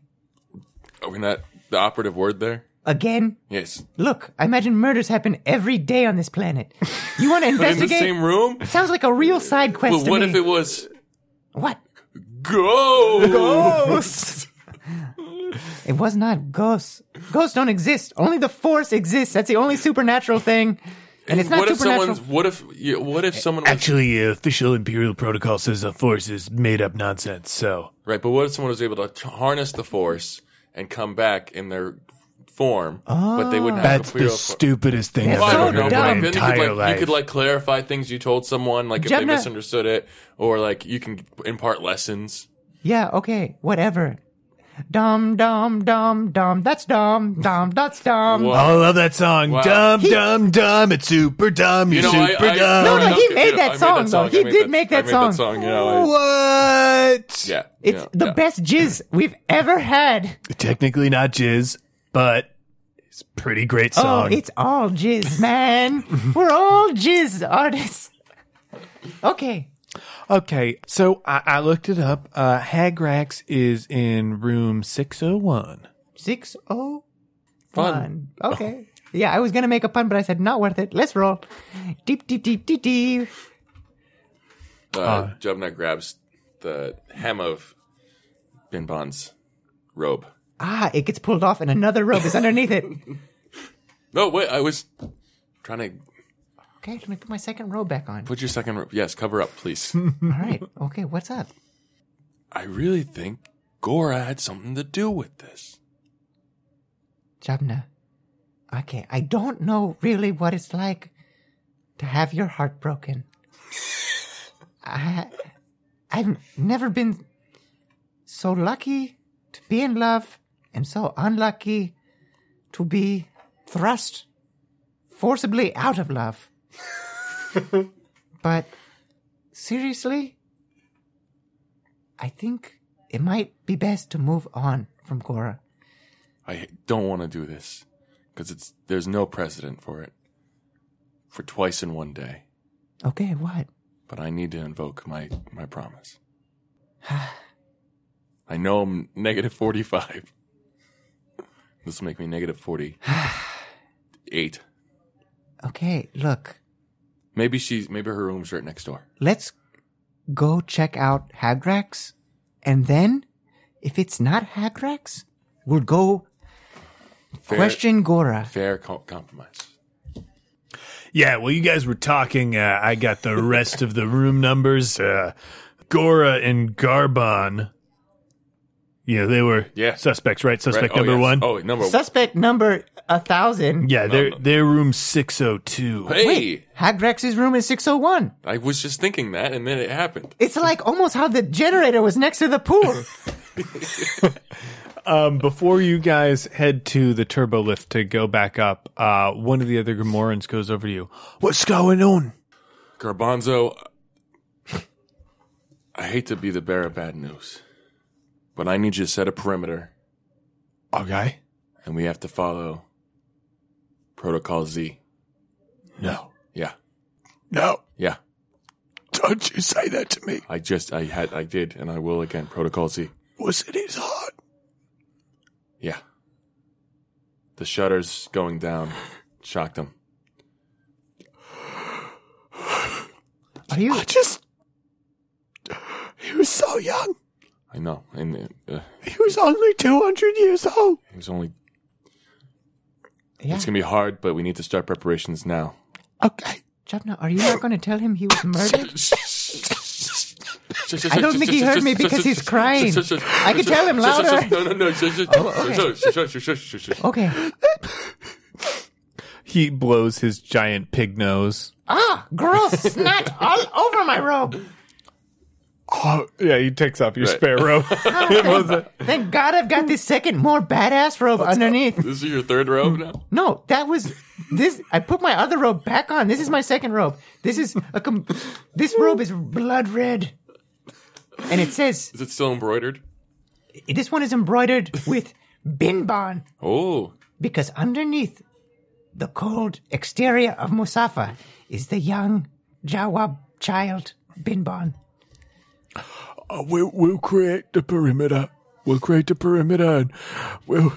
Are we not the operative word there?
Again,
Yes.
look. I imagine murders happen every day on this planet. You want to
In the
investigate?
same room?
Sounds like a real side quest
But
to
what
me.
if it was
what?
go?
Ghosts. it was not ghosts. Ghosts don't exist. Only the Force exists. That's the only supernatural thing. And it's not
What if
supernatural.
someone's? What if? yeah, What if someone? Was,
Actually, uh, official Imperial protocol says the Force is made-up nonsense, so...
right, but what if someone was able to t- harness the force and come back in their form, but they wouldn't have
That's
a real
the
form?
stupidest thing I've
That's
I
so
ever
don't know,
heard in
but
my
dumb.
then you could,
entire
like, you
life.
could like clarify things you told someone, like if they
Gemma-
misunderstood it, or like you can impart lessons.
Yeah, okay, whatever. Dom, dom, dom, dom. That's dom, dom, that's dom.
Whoa.
Oh, I love that song.
Wow.
Dumb, dumb, dumb. It's super dumb. You're
You know, I-
super
I-
dumb.
No, no, he
Okay,
made
yeah, I
that
made
song,
that
though.
song,
He
I made
did
that-
make
I
that
made that
song.
song, yeah, I-
What?
Yeah,
It's
yeah,
the
yeah.
best jizz we've ever had.
Technically not jizz, but it's a pretty great
Oh,
song.
it's all jizz, man. We're all jizz artists. Okay.
okay, so I, I looked it up. Uh, Hagrax is in room 601.
601.
Fun.
oh, Okay. Yeah, I was going to make a pun, but I said, not worth it. Let's roll. Deep, deep, deep, deep, deep.
Uh, Jubna grabs the hem of Binbon's robe.
Ah, it gets pulled off, and another rope is underneath it.
No, wait, I was trying to
Okay, let me put my second robe back on.
put your second robe. Yes, cover up, please.
All right. Okay, what's up?
I really think Gora had something to do with this.
Jabna. Okay, I don't know really what it's like to have your heart broken. I, I've never been so lucky to be in love and so unlucky to be thrust forcibly out of love. but seriously, I think it might be best to move on from Gora.
I don't want to do this because it's there's no precedent for it. For twice in one day,
Okay, what?
but I need to invoke my my promise. I know I'm negative forty five. This will make me negative forty eight.
Okay, look,
Maybe she's maybe her room's right next door.
let's go check out Hagrax, and then if it's not Hagrax, we'll go
Fair,
question Gora.
Fair co- compromise.
Yeah, well, you guys were talking. Uh, I got the rest of the room numbers. Uh, Gora and Garbon. Yeah, they were
Yeah.
suspects, right?
Right?
Suspect
Oh,
number
yes.
one.
Oh, number one.
Suspect number a thousand.
Yeah, they're they're room six oh two.
Hey,
Wait, Hagrax's room is 601.
I was just thinking that, and then it happened.
It's like almost how the generator was next to the pool.
Um, before you guys head to the turbo lift to go back up, uh, one of the other Grimorans goes over to you. What's going on?
Garbanzo, I hate to be the bearer of bad news, but I need you to set a perimeter,
Okay.
and we have to follow Protocol Z.
No.
Yeah,
No.
yeah.
Don't you say that to me.
I just, I had, I did, and I will again. Protocol Z.
Was it his heart?
Yeah. The shutters going down shocked him.
Are you?
just. He was so young.
I know, and uh,
He was only 200 years old.
it was only.
Yeah.
It's gonna be hard, but we need to start preparations now.
Okay.
Jabna, are you not going to tell him he was murdered?
I
don't think he heard me because he's crying. I could tell him louder. Oh,
No, no, no.
Okay.
He blows his giant pig nose.
Ah, gross snot all over my robe.
Oh, yeah, he takes off your
Right.
spare robe. It was a-
Thank God I've got this second, more badass robe underneath.
This is your third robe now?
No, that was this. I put my other robe back on. This is my second robe. This is a com- this robe is blood red, and it says
Is it still embroidered?
this one is embroidered with Binbon
Oh,
because underneath the cold exterior of Musafa is the young Jawab child Binbon.
Uh, we'll, we'll create the perimeter. We'll create the perimeter and we'll,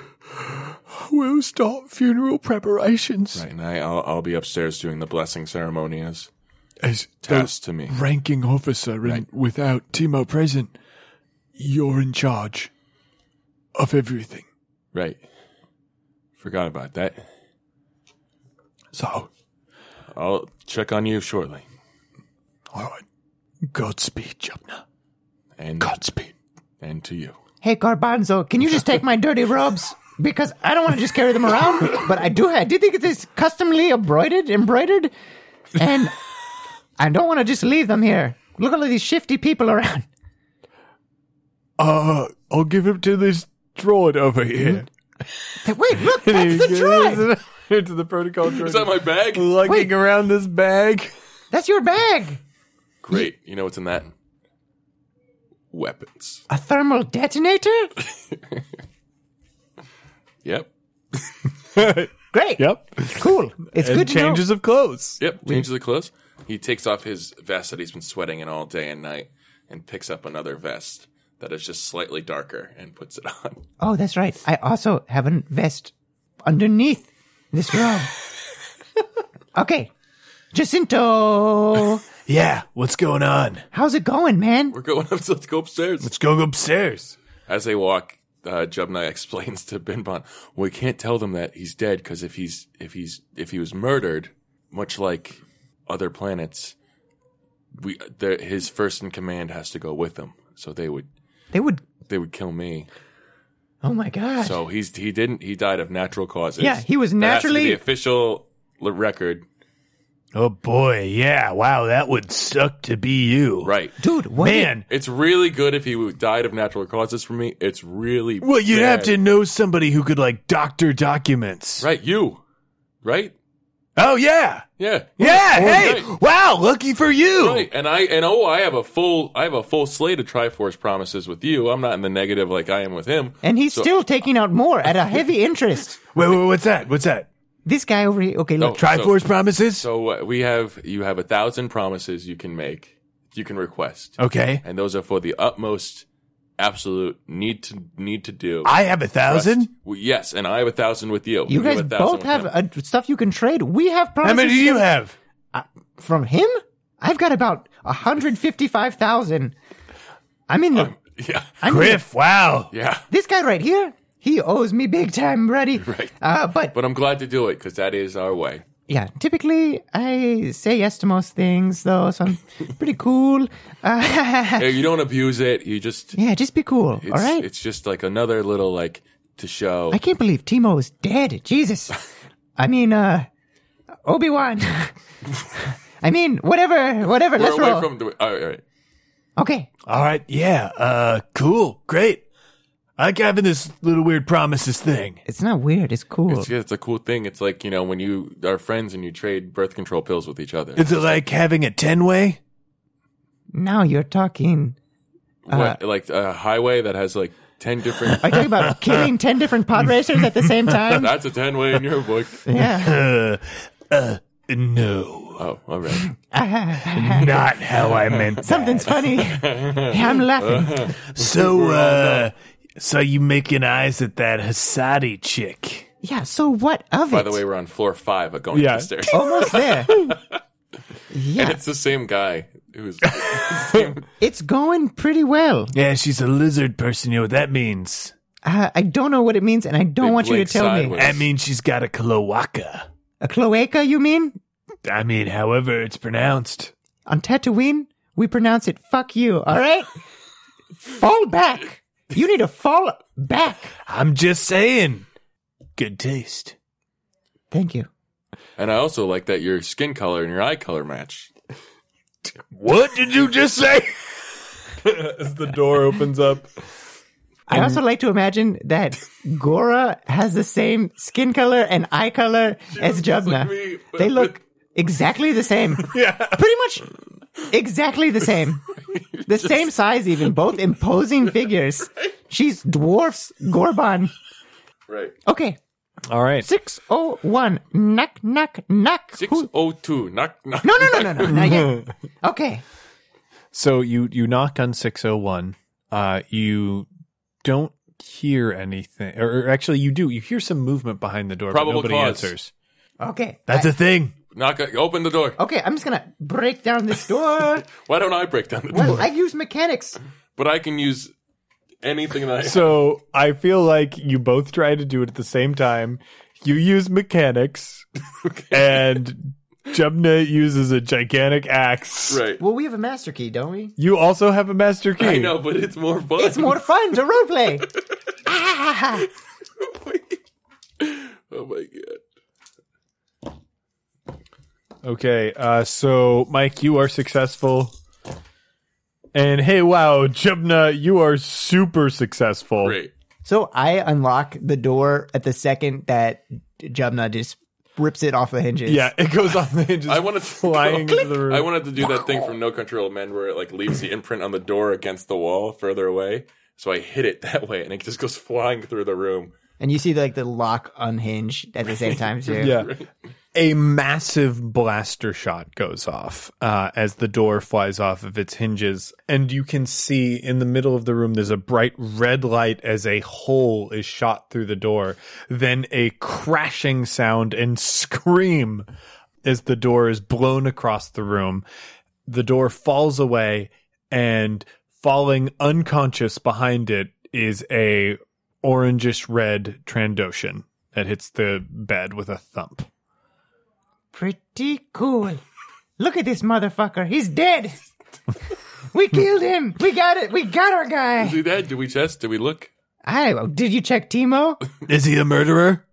we'll start funeral preparations.
and I, I'll, I'll be upstairs doing the blessing ceremony as
As
tasked to me.
the ranking officer and without Timo present, you're in charge of everything.
Right. Forgot about that.
So,
I'll check on you shortly.
all right. Godspeed, Jubna.
And
Godspeed.
and to you.
Hey Garbanzo, can you just take my dirty robes? Because I don't want to just carry them around, but I do. I do think it is customly embroidered, embroidered, and I don't want to just leave them here. Look at all these shifty people around.
Uh, I'll give him to this droid over
Hmm?
here.
Hey, Wait, look, that's the droid.
Into the protocol droid.
Is that my bag?
Lugging
Wait.
around this bag.
That's your bag.
Great. You know what's in that? Weapons.
A thermal detonator.
Yep.
Great.
Yep.
Cool. It's
and
good to
changes of clothes.
Yep. Changes the clothes. He takes off his vest that he's been sweating in all day and night and picks up another vest that is just slightly darker and puts it on.
know. Oh, that's right. I also have a vest underneath this robe. okay, Jacinto,
Yeah, what's going on?
how's it going, man?
We're going up. Let's go upstairs.
Let's go upstairs.
As they walk, uh, Jubna explains to Binbon, "We can't tell them that he's dead because if he's if he's if he was murdered, much like other planets, we the, his first in command has to go with him. So they would
They would.
they would kill me.
Oh my gosh.
So he's he didn't he died of natural causes.
Yeah, he was
That has to be
naturally-
the official l- record,
Oh boy, yeah. Wow, that would suck to be you.
right?
Dude, what
Man,
It's really good if he would- died of natural causes for me. It's really
well, you'd
bad.
have to know somebody who could like doctor documents.
right you, right?
Oh yeah.
Yeah,
Yeah, hey!
Right.
Wow, lucky for you!
Right, and I and oh, I have a full I have a full slate of Triforce promises with you. I'm not in the negative like I am with him.
And he's still taking out more at a heavy interest.
Wait, wait, what's that? What's that?
This guy over here. Okay, look.
So-
Triforce promises?
So uh, we have you have a thousand promises you can make, you can request,
okay.
and those are for the utmost absolute need to need to do.
I have a thousand.
Well, yes, and I have a thousand with you.
You guys
have a thousand
both
with
have
him.
uh, stuff you can trade. We have
How
promises
many do you have?
from him. I've got about hundred fifty-five thousand. I'm in
Oh,
the.
yeah,
I'm in the-
Griff, wow.
yeah.
this guy right here. He owes me big time, buddy.
Right.
Uh, but
But I'm glad to do it because that is our way.
yeah, typically I say yes to most things, though, so I'm pretty cool. Uh,
Yeah, You don't abuse it. You just
yeah, just be cool, all
it's,
right?
it's just like another little like to show.
I can't believe Timo is dead. Jesus. I mean, uh, Obi Wan. I mean, whatever, whatever.
We're
Let's
away
roll.
from. the- All right, all right.
okay.
All right, yeah. Uh, cool, great. I like having this little weird promises thing.
It's not weird. It's cool.
It's, it's a cool thing. It's like you know when you are friends and you trade birth control pills with each other.
Is it like having a ten way?
now you're talking.
what, like a highway that has like ten different.
Are you talking about killing 10 different pod racers at the same time?
that's a ten way in your book.
Yeah.
Uh, uh, no,
Oh, all right.
not how I meant. that.
Something's funny. Yeah, I'm laughing.
So, uh, so you making eyes at that Hasadi chick?
Yeah, so what of it?
By the way, we're on floor five of going
Yeah.
upstairs.
almost there. Yeah,
It's the same guy who's same,
it's going pretty well.
Yeah, she's a lizard person. You know what that means?
Uh, I don't know what it means, and I don't
They
want you to
blink
tell me.
sideways.
That means she's got a cloaca.
A cloaca, you mean?
I mean, however it's pronounced.
On Tatooine, we pronounce it "fuck you." All right, fall back. You need to fall back.
I'm just saying. Good taste.
Thank you.
and I also like that your skin color and your eye color match.
What did you just say? As the door opens up.
I also like to imagine that Gora has the same skin color and eye color as
just
Jubna.
like me, but
they look exactly the same. Yeah. Pretty much exactly the same. The same size even, both imposing figures. She's dwarfs Gorban.
Right.
Okay.
All right.
601. Knock, knock, knock.
Six
Who-
oh two. Knock knock.
No, no, no, no, no. Not yet. Okay.
So you you knock on 601. Uh you don't hear anything or, or actually you do. You hear some movement behind the door
Probable
but nobody
cause.
answers.
Okay.
That's a thing.
Knock. Open the door.
Okay, I'm just gonna break down this door.
Why don't I break down the door?
Well, I use mechanics.
But I can use anything that I.
So I feel like you both try to do it at the same time. You use mechanics, and Jumna uses a gigantic axe.
right.
Well, we have a master key, don't we?
You also have a master key.
I know, but it's more fun.
It's more fun to roleplay. ah,
oh my god.
Okay, uh, so Mike, you are successful, and hey, wow, Jumna, you are super successful.
Great.
so I unlock the door at the second that Jubna just rips it off the hinges.
Yeah, it goes off the hinges.
I wanted to
flying into the room.
I wanted to do that thing from No Country for Old Men where it like leaves the imprint on the door against the wall further away. So I hit it that way, and it just goes flying through the room.
And you see like the lock unhinged at the same time too.
Yeah. A massive blaster shot goes off uh, as the door flies off of its hinges. And you can see in the middle of the room, there's a bright red light as a hole is shot through the door. Then a crashing sound and scream as the door is blown across the room. The door falls away, and falling unconscious behind it is a orangish red Trandoshan that hits the bed with a thump.
Pretty cool. Look at this motherfucker. He's dead. we killed him. We got it. We got our guy.
Do that? Do we test? Do we look?
I did you check Timo?
Is he a murderer?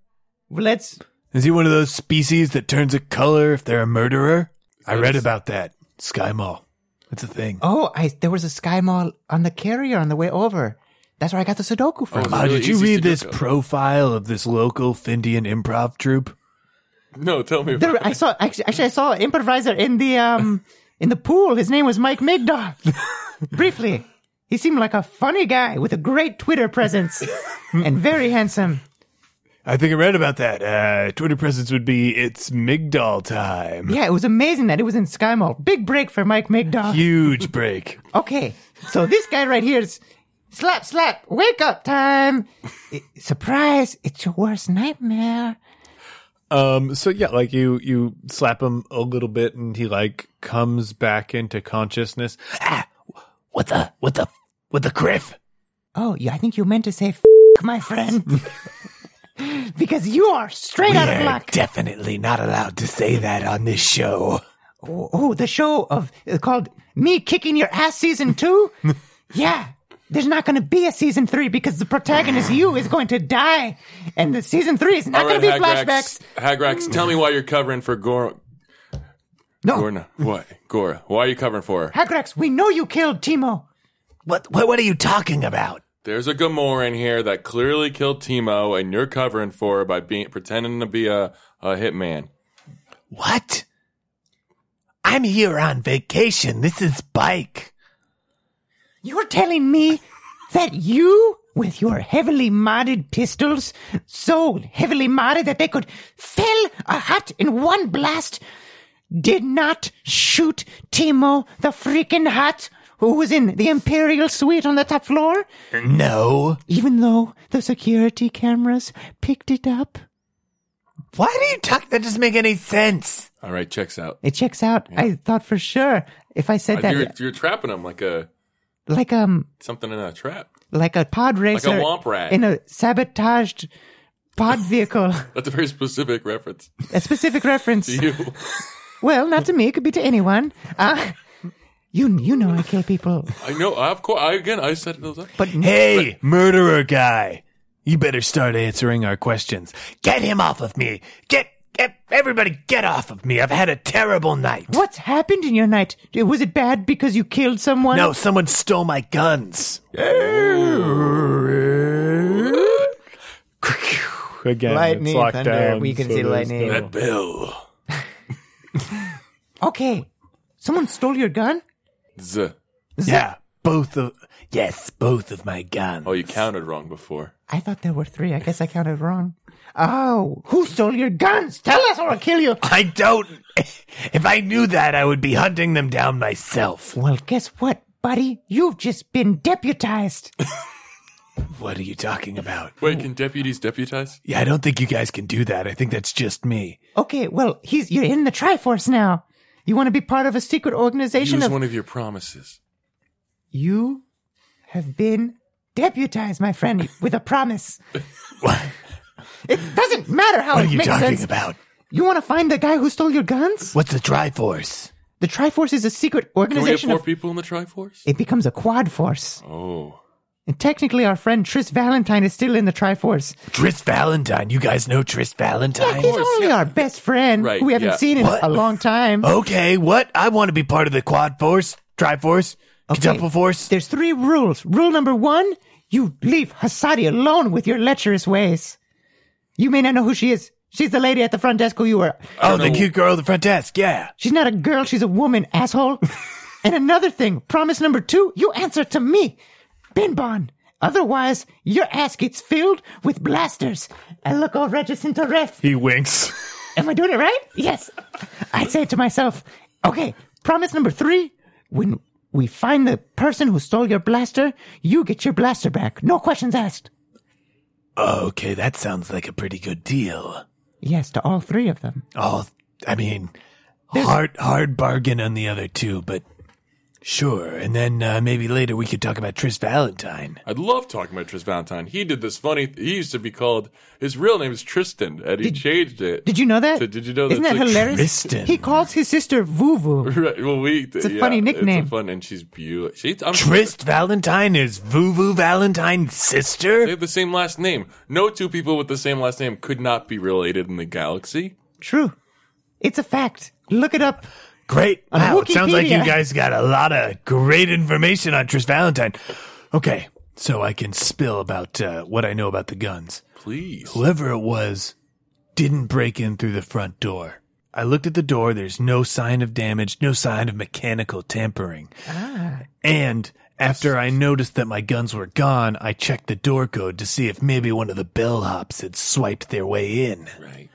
Let's
Is he one of those species that turns a color if they're a murderer? I read
Yes.
about that. Sky Mall. That's a thing.
Oh, I there was a Sky Mall on the carrier on the way over. That's where I got the Sudoku from.
was it
Ah,
really
did you
easy
read
to
this
go?
profile of this local Findian improv troupe?
No, tell me. About
There- I saw actually, actually I saw an improviser in the um in the pool. His name was Mike Migdaw. Briefly, he seemed like a funny guy with a great Twitter presence and very handsome.
I think I read about that. Uh, Twitter presence would be it's Migdal time.
Yeah, it was amazing that it was in Sky Mall. Big break for Mike Migdaw.
Huge break.
Okay, so this guy right here is Slap, slap, wake up time. I- Surprise, it's your worst nightmare.
Um, so yeah, like you you slap him a little bit, and he like comes back into consciousness. Ah, what the what the what the griff?
Oh, yeah, I think you meant to say, F- my friend. because you are straight out of luck.
definitely not allowed to say that on this show.
oh, oh, the show of uh, called Me Kicking Your Ass Season 2? yeah. There's not going to be a season 3 because the protagonist you is going to die and the season 3 is not
All right,
going to be
Hagrax.
flashbacks.
Hagrax, tell me why you're covering for Gor.
No.
Gorna. What? Gora. Why are you covering for her?
Hagrax, we know you killed Timo.
What what, what are you talking about?
There's a Gamora in here that clearly killed Timo, and you're covering for her by being pretending to be a, a hitman.
What? I'm here on vacation. This is Bike.
You're telling me that you, with your heavily modded pistols, so heavily modded that they could fill a hut in one blast, did not shoot Timo the freaking hut who was in the Imperial suite on the top floor,
No.
even though the security cameras picked it up?
Why do you talk? That doesn't make any sense.
All right, checks out.
It checks out. I thought for sure if I said that,
You're, you're trapping him like a
like um,
something in a trap.
like a pod racer
womp rat.
in a sabotaged pod vehicle.
That's a very specific reference.
a specific reference.
You.
Well, not to me. It could be to anyone. Uh, you you know I kill people.
I know. Of course. I, again, I said it. up.
But
Hey, murderer guy. You better start answering our questions. Get him off of me. Get, get everybody get off of me. I've had a terrible night.
what's happened in your night? Was it bad because you killed someone?
No, someone stole my guns.
Again,
Lightning,
it's locked
thunder,
down,
we can see
there's
lightning.
no-
That bill.
Okay. Someone stole your gun?
Z.
Yeah, both of yes, both of my guns.
Oh, you counted wrong before.
I thought there were three. I guess I counted wrong. Oh, who stole your guns? Tell us or I'll kill you.
I don't. If I knew that, I would be hunting them down myself.
Well, guess what, buddy? You've just been deputized.
What are you talking about?
Wait, can deputies deputize?
Yeah, I don't think you guys can do that. I think that's just me.
Okay, well, he's you're in the Triforce now. You want to be part of a secret organization
Use
of
one of your promises.
You have been deputized, my friend, with a promise.
What, Oh,
It doesn't matter how
what are
it
you
makes
talking
sense.
about?
You want to find the guy who stole your guns?
What's a Triforce?
The Triforce is a secret
Can we have
organization.
four
of-
people in the Triforce?
it becomes a quad force.
Oh.
And technically, our friend Tris Valentine is still in the Triforce.
Tris Valentine. You guys know Tris
Yeah,
Valentine?
he's only our best friend
Right,
who we haven't
yeah.
seen in
What? Oh.
a long time.
okay, what? I want to be part of the Quad Force, Triforce, Quintuple Force.
There's three rules. Rule number one you leave Hasadi alone with your lecherous ways. You may not know who she is. She's the lady at the front desk who you were
Oh, the cute girl at the front desk. Yeah.
She's not a girl, she's a woman, asshole. and another thing, promise number two, you answer to me, Binbon. Otherwise, your ass gets filled with blasters. I look all righteous into ref.
He winks.
Am I doing it right? Yes. I say to myself, okay, promise number three, when we find the person who stole your blaster, you get your blaster back. No questions asked.
Oh, Okay, that sounds like a pretty good deal.
Yes, to all three of them.
Oh, I mean, hard hard bargain on the other two, but sure. And then uh, maybe later we could talk about Tris Valentine.
I love talking about Tris Valentine. He did this funny. He used to be called. His real name is Tristan, and he changed it.
Did you know that?
So did you know
Isn't that
that's a
hilarious?
Kristen.
He calls his sister Vuvu.
Right, well, we. It's
a funny nickname.
It's a fun, and she's beautiful. She, I'm sure
Trist Valentine is Vuvu Valentine's
they
sister?
have the same last name. No two people with the same last name could not be related in the galaxy.
True. It's a fact. Look it up.
Great.
On
Wow, it sounds like you
Wikipedia.
guys got a lot of great information on Tris Valentine. Okay, so I can spill about uh, what I know about the guns.
Please.
Whoever it was didn't break in through the front door. I looked at the door. There's no sign of damage, no sign of mechanical tampering.
Ah.
And after I noticed that my guns were gone, I checked the door code to see if maybe one of the bellhops had swiped their way in.
Right.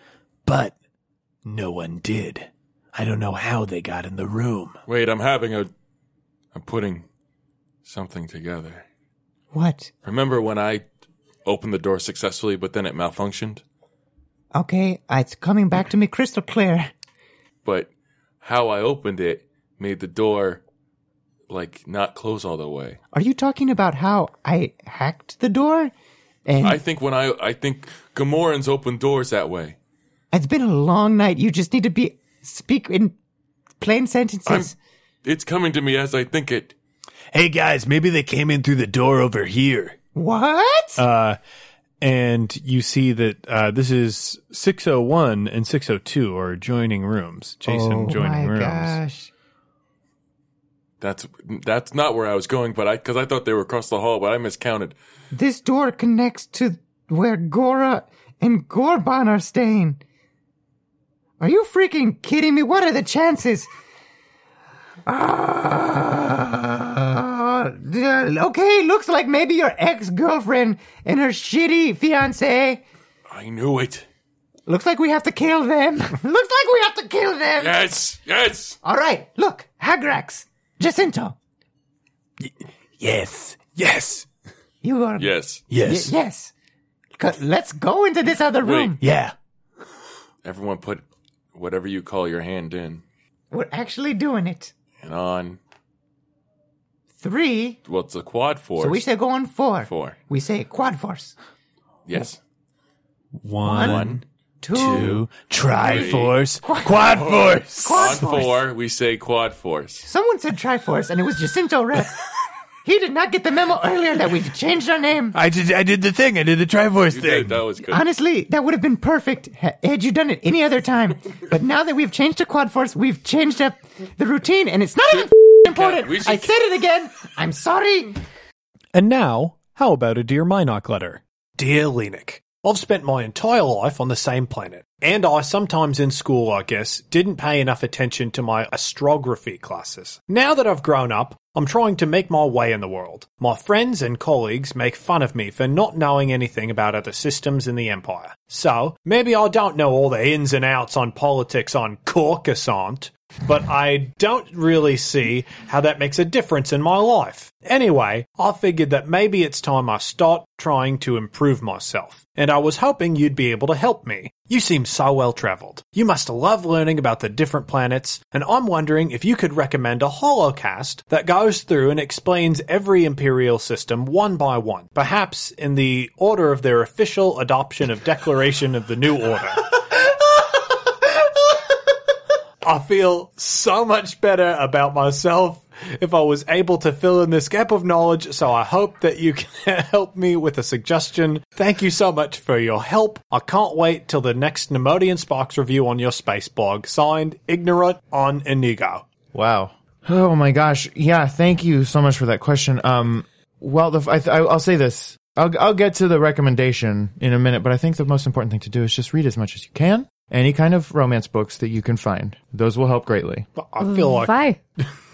But no one did. I don't know how they got in the room.
Wait, I'm having a. I'm putting something together.
What?
Remember when I opened the door successfully, but then it malfunctioned?
Okay, uh, it's coming back to me crystal clear.
But how I opened it made the door like not close all the way.
Are you talking about how I hacked the door? And
I think when I I think Gamorans open doors that way.
it's been a long night. You just need to be speak in plain sentences.
It's coming to me as I think it.
Hey guys, maybe they came in through the door over here.
what?
Uh, and you see that uh, this is 601 and 602 are joining rooms. Jason
oh
joining
my
rooms.
gosh.
That's that's not where I was going, but I because I thought they were across the hall, but I miscounted.
This door connects to where Gora and Gorban are staying. Are you freaking kidding me? What are the chances? Ah, d- okay, looks like maybe your ex girlfriend and her shitty fiance.
I knew it.
Looks like we have to kill them. looks like we have to kill them.
Yes, yes.
All right, look, Hagrax, Jacinto,
Yes. Yes.
you are.
Yes.
Y-
Yes.
yes. C- Let's go into this other room.
Yeah.
Everyone put whatever you call your hand in
We're actually doing it.
and on.
Three.
Well, it's a quad force.
So we say go on four.
Four.
We say quad force.
Yes.
One,
One.
Two.
two, Triforce, Quad Force.
Quad
On
force.
four, we say quad force.
Someone said triforce, and it was Jacinto Rep. he did not get the memo earlier that we changed our name.
I did. I did the thing. I did the Triforce
You
thing.
did. That was good.
Honestly, that would have been perfect ha- had you done it any other time. But now that we've changed to quad force, we've changed up the routine, and it's not even important.
we should-
I said it again. I'm sorry.
And now, how about a Dear Minoc letter?
Dear Lenik,
I've spent my entire life on the same planet, and I sometimes in school, I guess, didn't pay enough attention to my astrography classes. Now that I've grown up, I'm trying to make my way in the world. My friends and colleagues make fun of me for not knowing anything about other systems in the Empire. So, maybe I don't know all the ins and outs on politics on Coruscant, but I don't really see how that makes a difference in my life. Anyway, I figured that maybe it's time I start trying to improve myself, and I was hoping you'd be able to help me. You seem so well traveled. You must love learning about the different planets, and I'm wondering if you could recommend a holocast that goes through and explains every imperial system one by one, perhaps in the order of their official adoption of Declaration of the New Order. I feel so much better about myself if I was able to fill in this gap of knowledge. So I hope that you can help me with a suggestion. Thank you so much for your help. I can't wait till the next Nemodian Sparks review on your space blog. Signed, Ignorant on Inigo.
Wow. Oh my gosh. Yeah. Thank you so much for that question. Um. Well, the, I, I, I'll say this. I'll I'll get to the recommendation in a minute, but I think the most important thing to do is just read as much as you can. Any kind of romance books that you can find, those will help greatly.
I feel like
Why?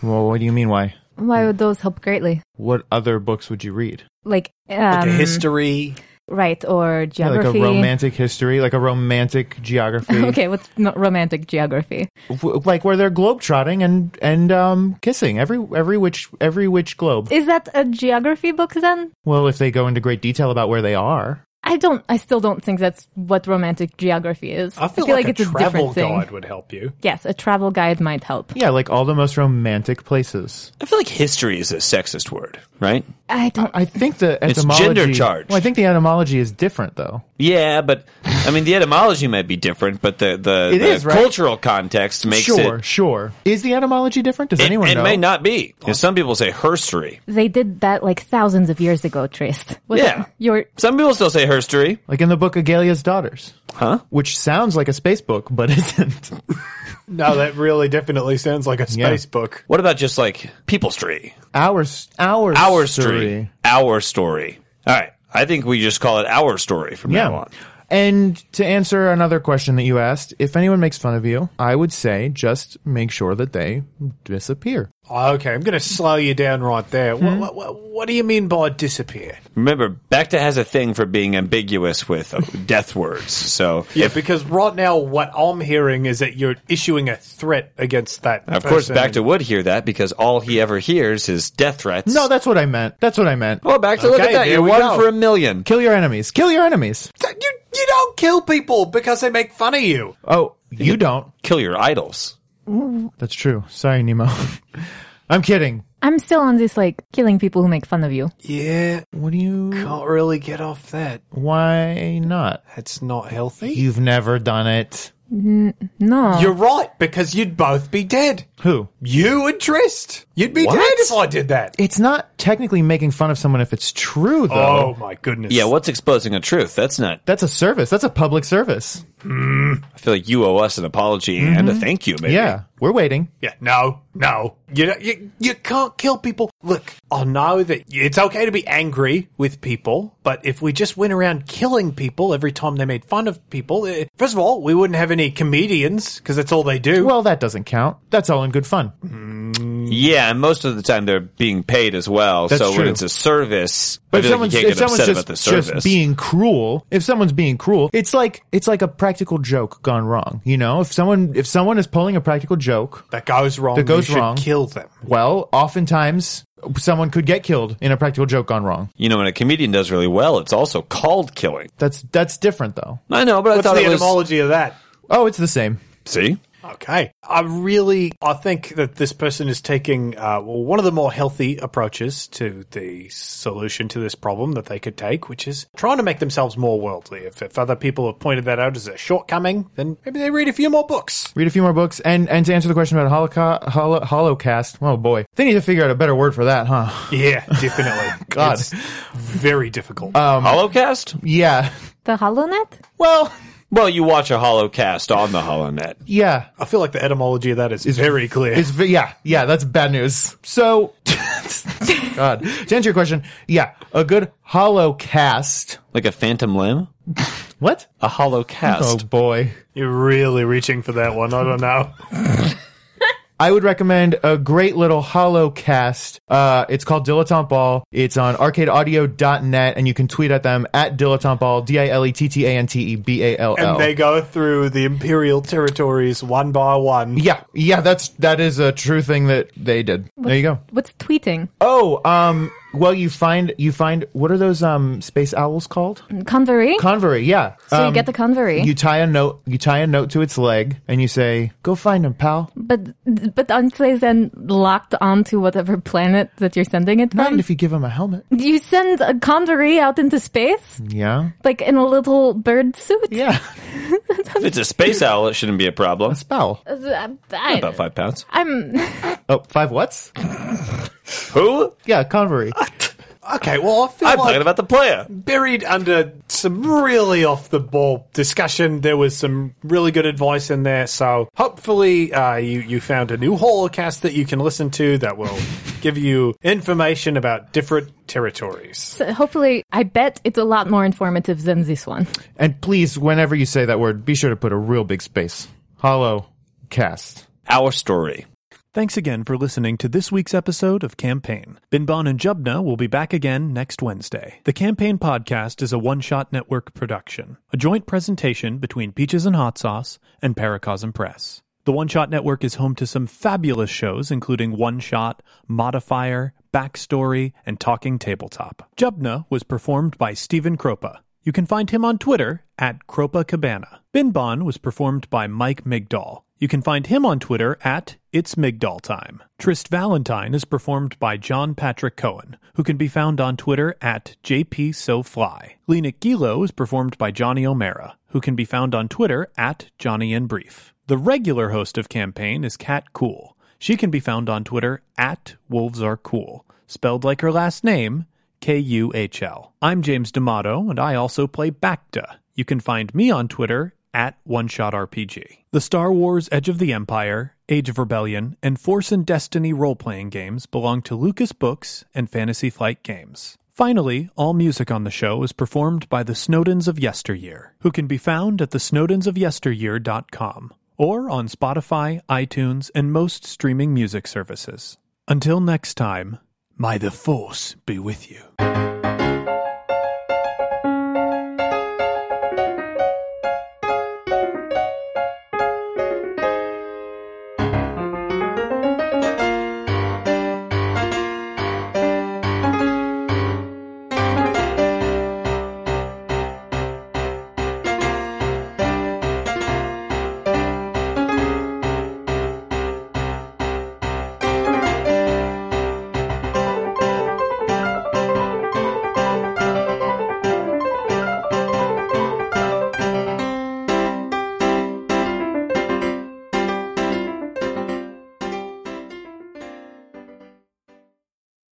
Well, what do you mean? Why?
Why would those help greatly?
What other books would you read?
Like, um,
like a history.
right? Or
Yeah,
geography?
Like a romantic history, like a romantic geography.
okay, what's not romantic geography?
W- like where they're globetrotting and and um kissing every every which every which globe.
Is that a geography book then?
well, if they go into great detail about where they are.
I don't. I still don't think that's what romantic geography is.
I feel, like, a
it's a
travel
different thing.
guide would help you.
Yes, a travel guide might help.
Yeah, like all the most romantic places.
I feel like history is a sexist word, right?
I don't.
I think the
It's
etymology.
gender charged.
Well, I think the etymology is different, though.
Yeah, but I mean the etymology might be different, but the the,
It
the
is, right?
cultural context makes
sure,
it.
sure. Is the etymology different? Does
It,
anyone
it
know?
may not be. 'Cause Some people say herstory.
they did that like thousands of years ago, Trist. Was
Yeah.
it Your
Some people still say herstory.
Like in the book Agalia's Daughters,
Huh?
which sounds like a space book, but isn't.
No, that really definitely sounds like a
Yeah.
space book.
What about just like peoplestory?
Our our
Our
story.
story. Our story. All right. I think we just call it our story from
Yeah.
now on.
And to answer another question that you asked, if anyone makes fun of you, I would say just make sure that they disappear.
Okay, I'm going to slow you down right there. What, what, what do you mean by disappear?
Remember, Bacta has a thing for being ambiguous with uh, death words. So,
Yeah, because right now what I'm hearing is that you're issuing a threat against that.
of course,
person.
Bacta would hear that because all he ever hears is death threats.
No, Oh, that's what I meant. That's what I meant.
well, Bacta, look
Okay,
at that.
there
You're
we
one
go.
for a million.
Kill your enemies. Kill your enemies.
You, you don't kill people because they make fun of you.
Oh, you don't.
Kill your idols.
That's true. Sorry, Nemo. I'm kidding.
I'm still on this like killing people who make fun of you.
Yeah,
What do you?
can't really get off that.
Why not?
That's not healthy.
You've never done it.
No.
You're right, because you'd both be dead.
Who?
You and Trist. You'd be dead if I did that.
It's not technically making fun of someone if it's true, though.
Oh my goodness.
Yeah, what's exposing a truth? That's not.
That's a service. That's a public service.
I feel like you owe us an apology and a thank you, maybe.
Mm-hmm. Yeah, we're waiting.
Yeah, no, no. You, don't- you you can't kill people. Look, I know that it's okay to be angry with people, but if we just went around killing people every time they made fun of people, eh, first of all, we wouldn't have any comedians because that's all they do.
Well, that doesn't count. That's all in good fun.
Yeah, and most of the time they're being paid as well.
That's
so when
true.
it's a service, I
But if
feel like
someone's,
you can't
if
get upset
someone's
about
just,
the service.
just being cruel, if someone's being cruel, it's like it's like a practical joke gone wrong. You know, if someone if someone is pulling a practical joke,
that goes wrong.
That goes
we should
wrong.
Kill them.
well, oftentimes someone could get killed in a practical joke gone wrong.
you know, when a comedian does really well, it's also called killing.
That's that's different though.
I know, but
What's
I thought
the
it was.
etymology of that?
Oh, it's the same.
See?
Okay. I really, I think that this person is taking uh, well, one of the more healthy approaches to the solution to this problem that they could take, which is trying to make themselves more worldly. If, if other people have pointed that out as a shortcoming, then maybe they read a few more books.
Read a few more books and and to answer the question about holocaust, holo, holocast. Oh boy, they need to figure out a better word for that, huh?
Yeah, definitely.
God.
It's very difficult.
Holocast?
Um, Yeah.
the hollow net?
Well,
Well, you watch a holocast on the holonet.
yeah.
I feel like the etymology of that is, very clear.
It's ve- yeah, yeah, that's bad news. So, God, to answer your question, yeah, a good hollow cast.
Like a phantom limb?
What?
A holocast.
Oh boy,
You're really reaching for that one. I don't know.
I would recommend a great little hollow cast. Uh, it's called Dilettante Ball. It's on arcadeaudio.net, and you can tweet at them at Dilettante Ball, D I L E T T A N T E B A L
And
L.
they go through the imperial territories one by one.
Yeah, yeah, that's that is a true thing that they did. There you go.
What's tweeting?
Oh, um, well, you find you find what are those um space owls called?
Convery?
Convery, yeah.
Mm. so you
Um,
get the convery.
You tie a note. You tie a note to its leg, and you say, "Go find him, pal."
but but aren't they then locked onto whatever planet that you're sending it
Not
from?
if you give him a helmet.
you send a convery out into space?
Yeah,
Like in a little bird suit?
yeah.
If it's a space owl, it shouldn't be a problem.
Spell.
Uh, I,
About five pounds.
am
Oh, five what's?
Who?
Yeah, convery.
Okay, well, I feel
I'm
like
talking about the player.
buried under some really off the ball discussion. There was some really good advice in there. So hopefully, uh, you you found a new holocast that you can listen to that will give you information about different territories.
hopefully I bet it's a lot more informative than this one.
And please, whenever you say that word, be sure to put a real big space. Hollow cast.
Our story.
Thanks again for listening to this week's episode of Campaign. Binbon and Jubna will be back again next Wednesday. The Campaign podcast is a one shot network production, a joint presentation between Peaches and Hot Sauce and Paracosm Press. The One Shot Network is home to some fabulous shows, including One Shot, Modifier, Backstory, and Talking Tabletop. Jubna was performed by Stephen Kropa. You can find him on Twitter at Kropa Cabana. Bin Bon was performed by Mike Migdal. You can find him on Twitter at It's Migdal Time. Trist Valentine is performed by John Patrick Cohen, who can be found on Twitter at JPSoFly. Lena Gilo is performed by Johnny O'Mara, who can be found on Twitter at Johnny in Brief. The regular host of Campaign is Kat Cool. She can be found on Twitter at Wolves Are Cool, spelled like her last name, K U H L. I'm James D'Amato, and I also play Bacta. You can find me on Twitter at OneShotRPG. The Star Wars Edge of the Empire, Age of Rebellion, and Force and Destiny role playing games belong to Lucas Books and Fantasy Flight Games. Finally, all music on the show is performed by the Snowdens of Yesteryear, who can be found at thesnowdensofyesteryear.com or on Spotify, iTunes, and most streaming music services. Until next time, may the force be with you.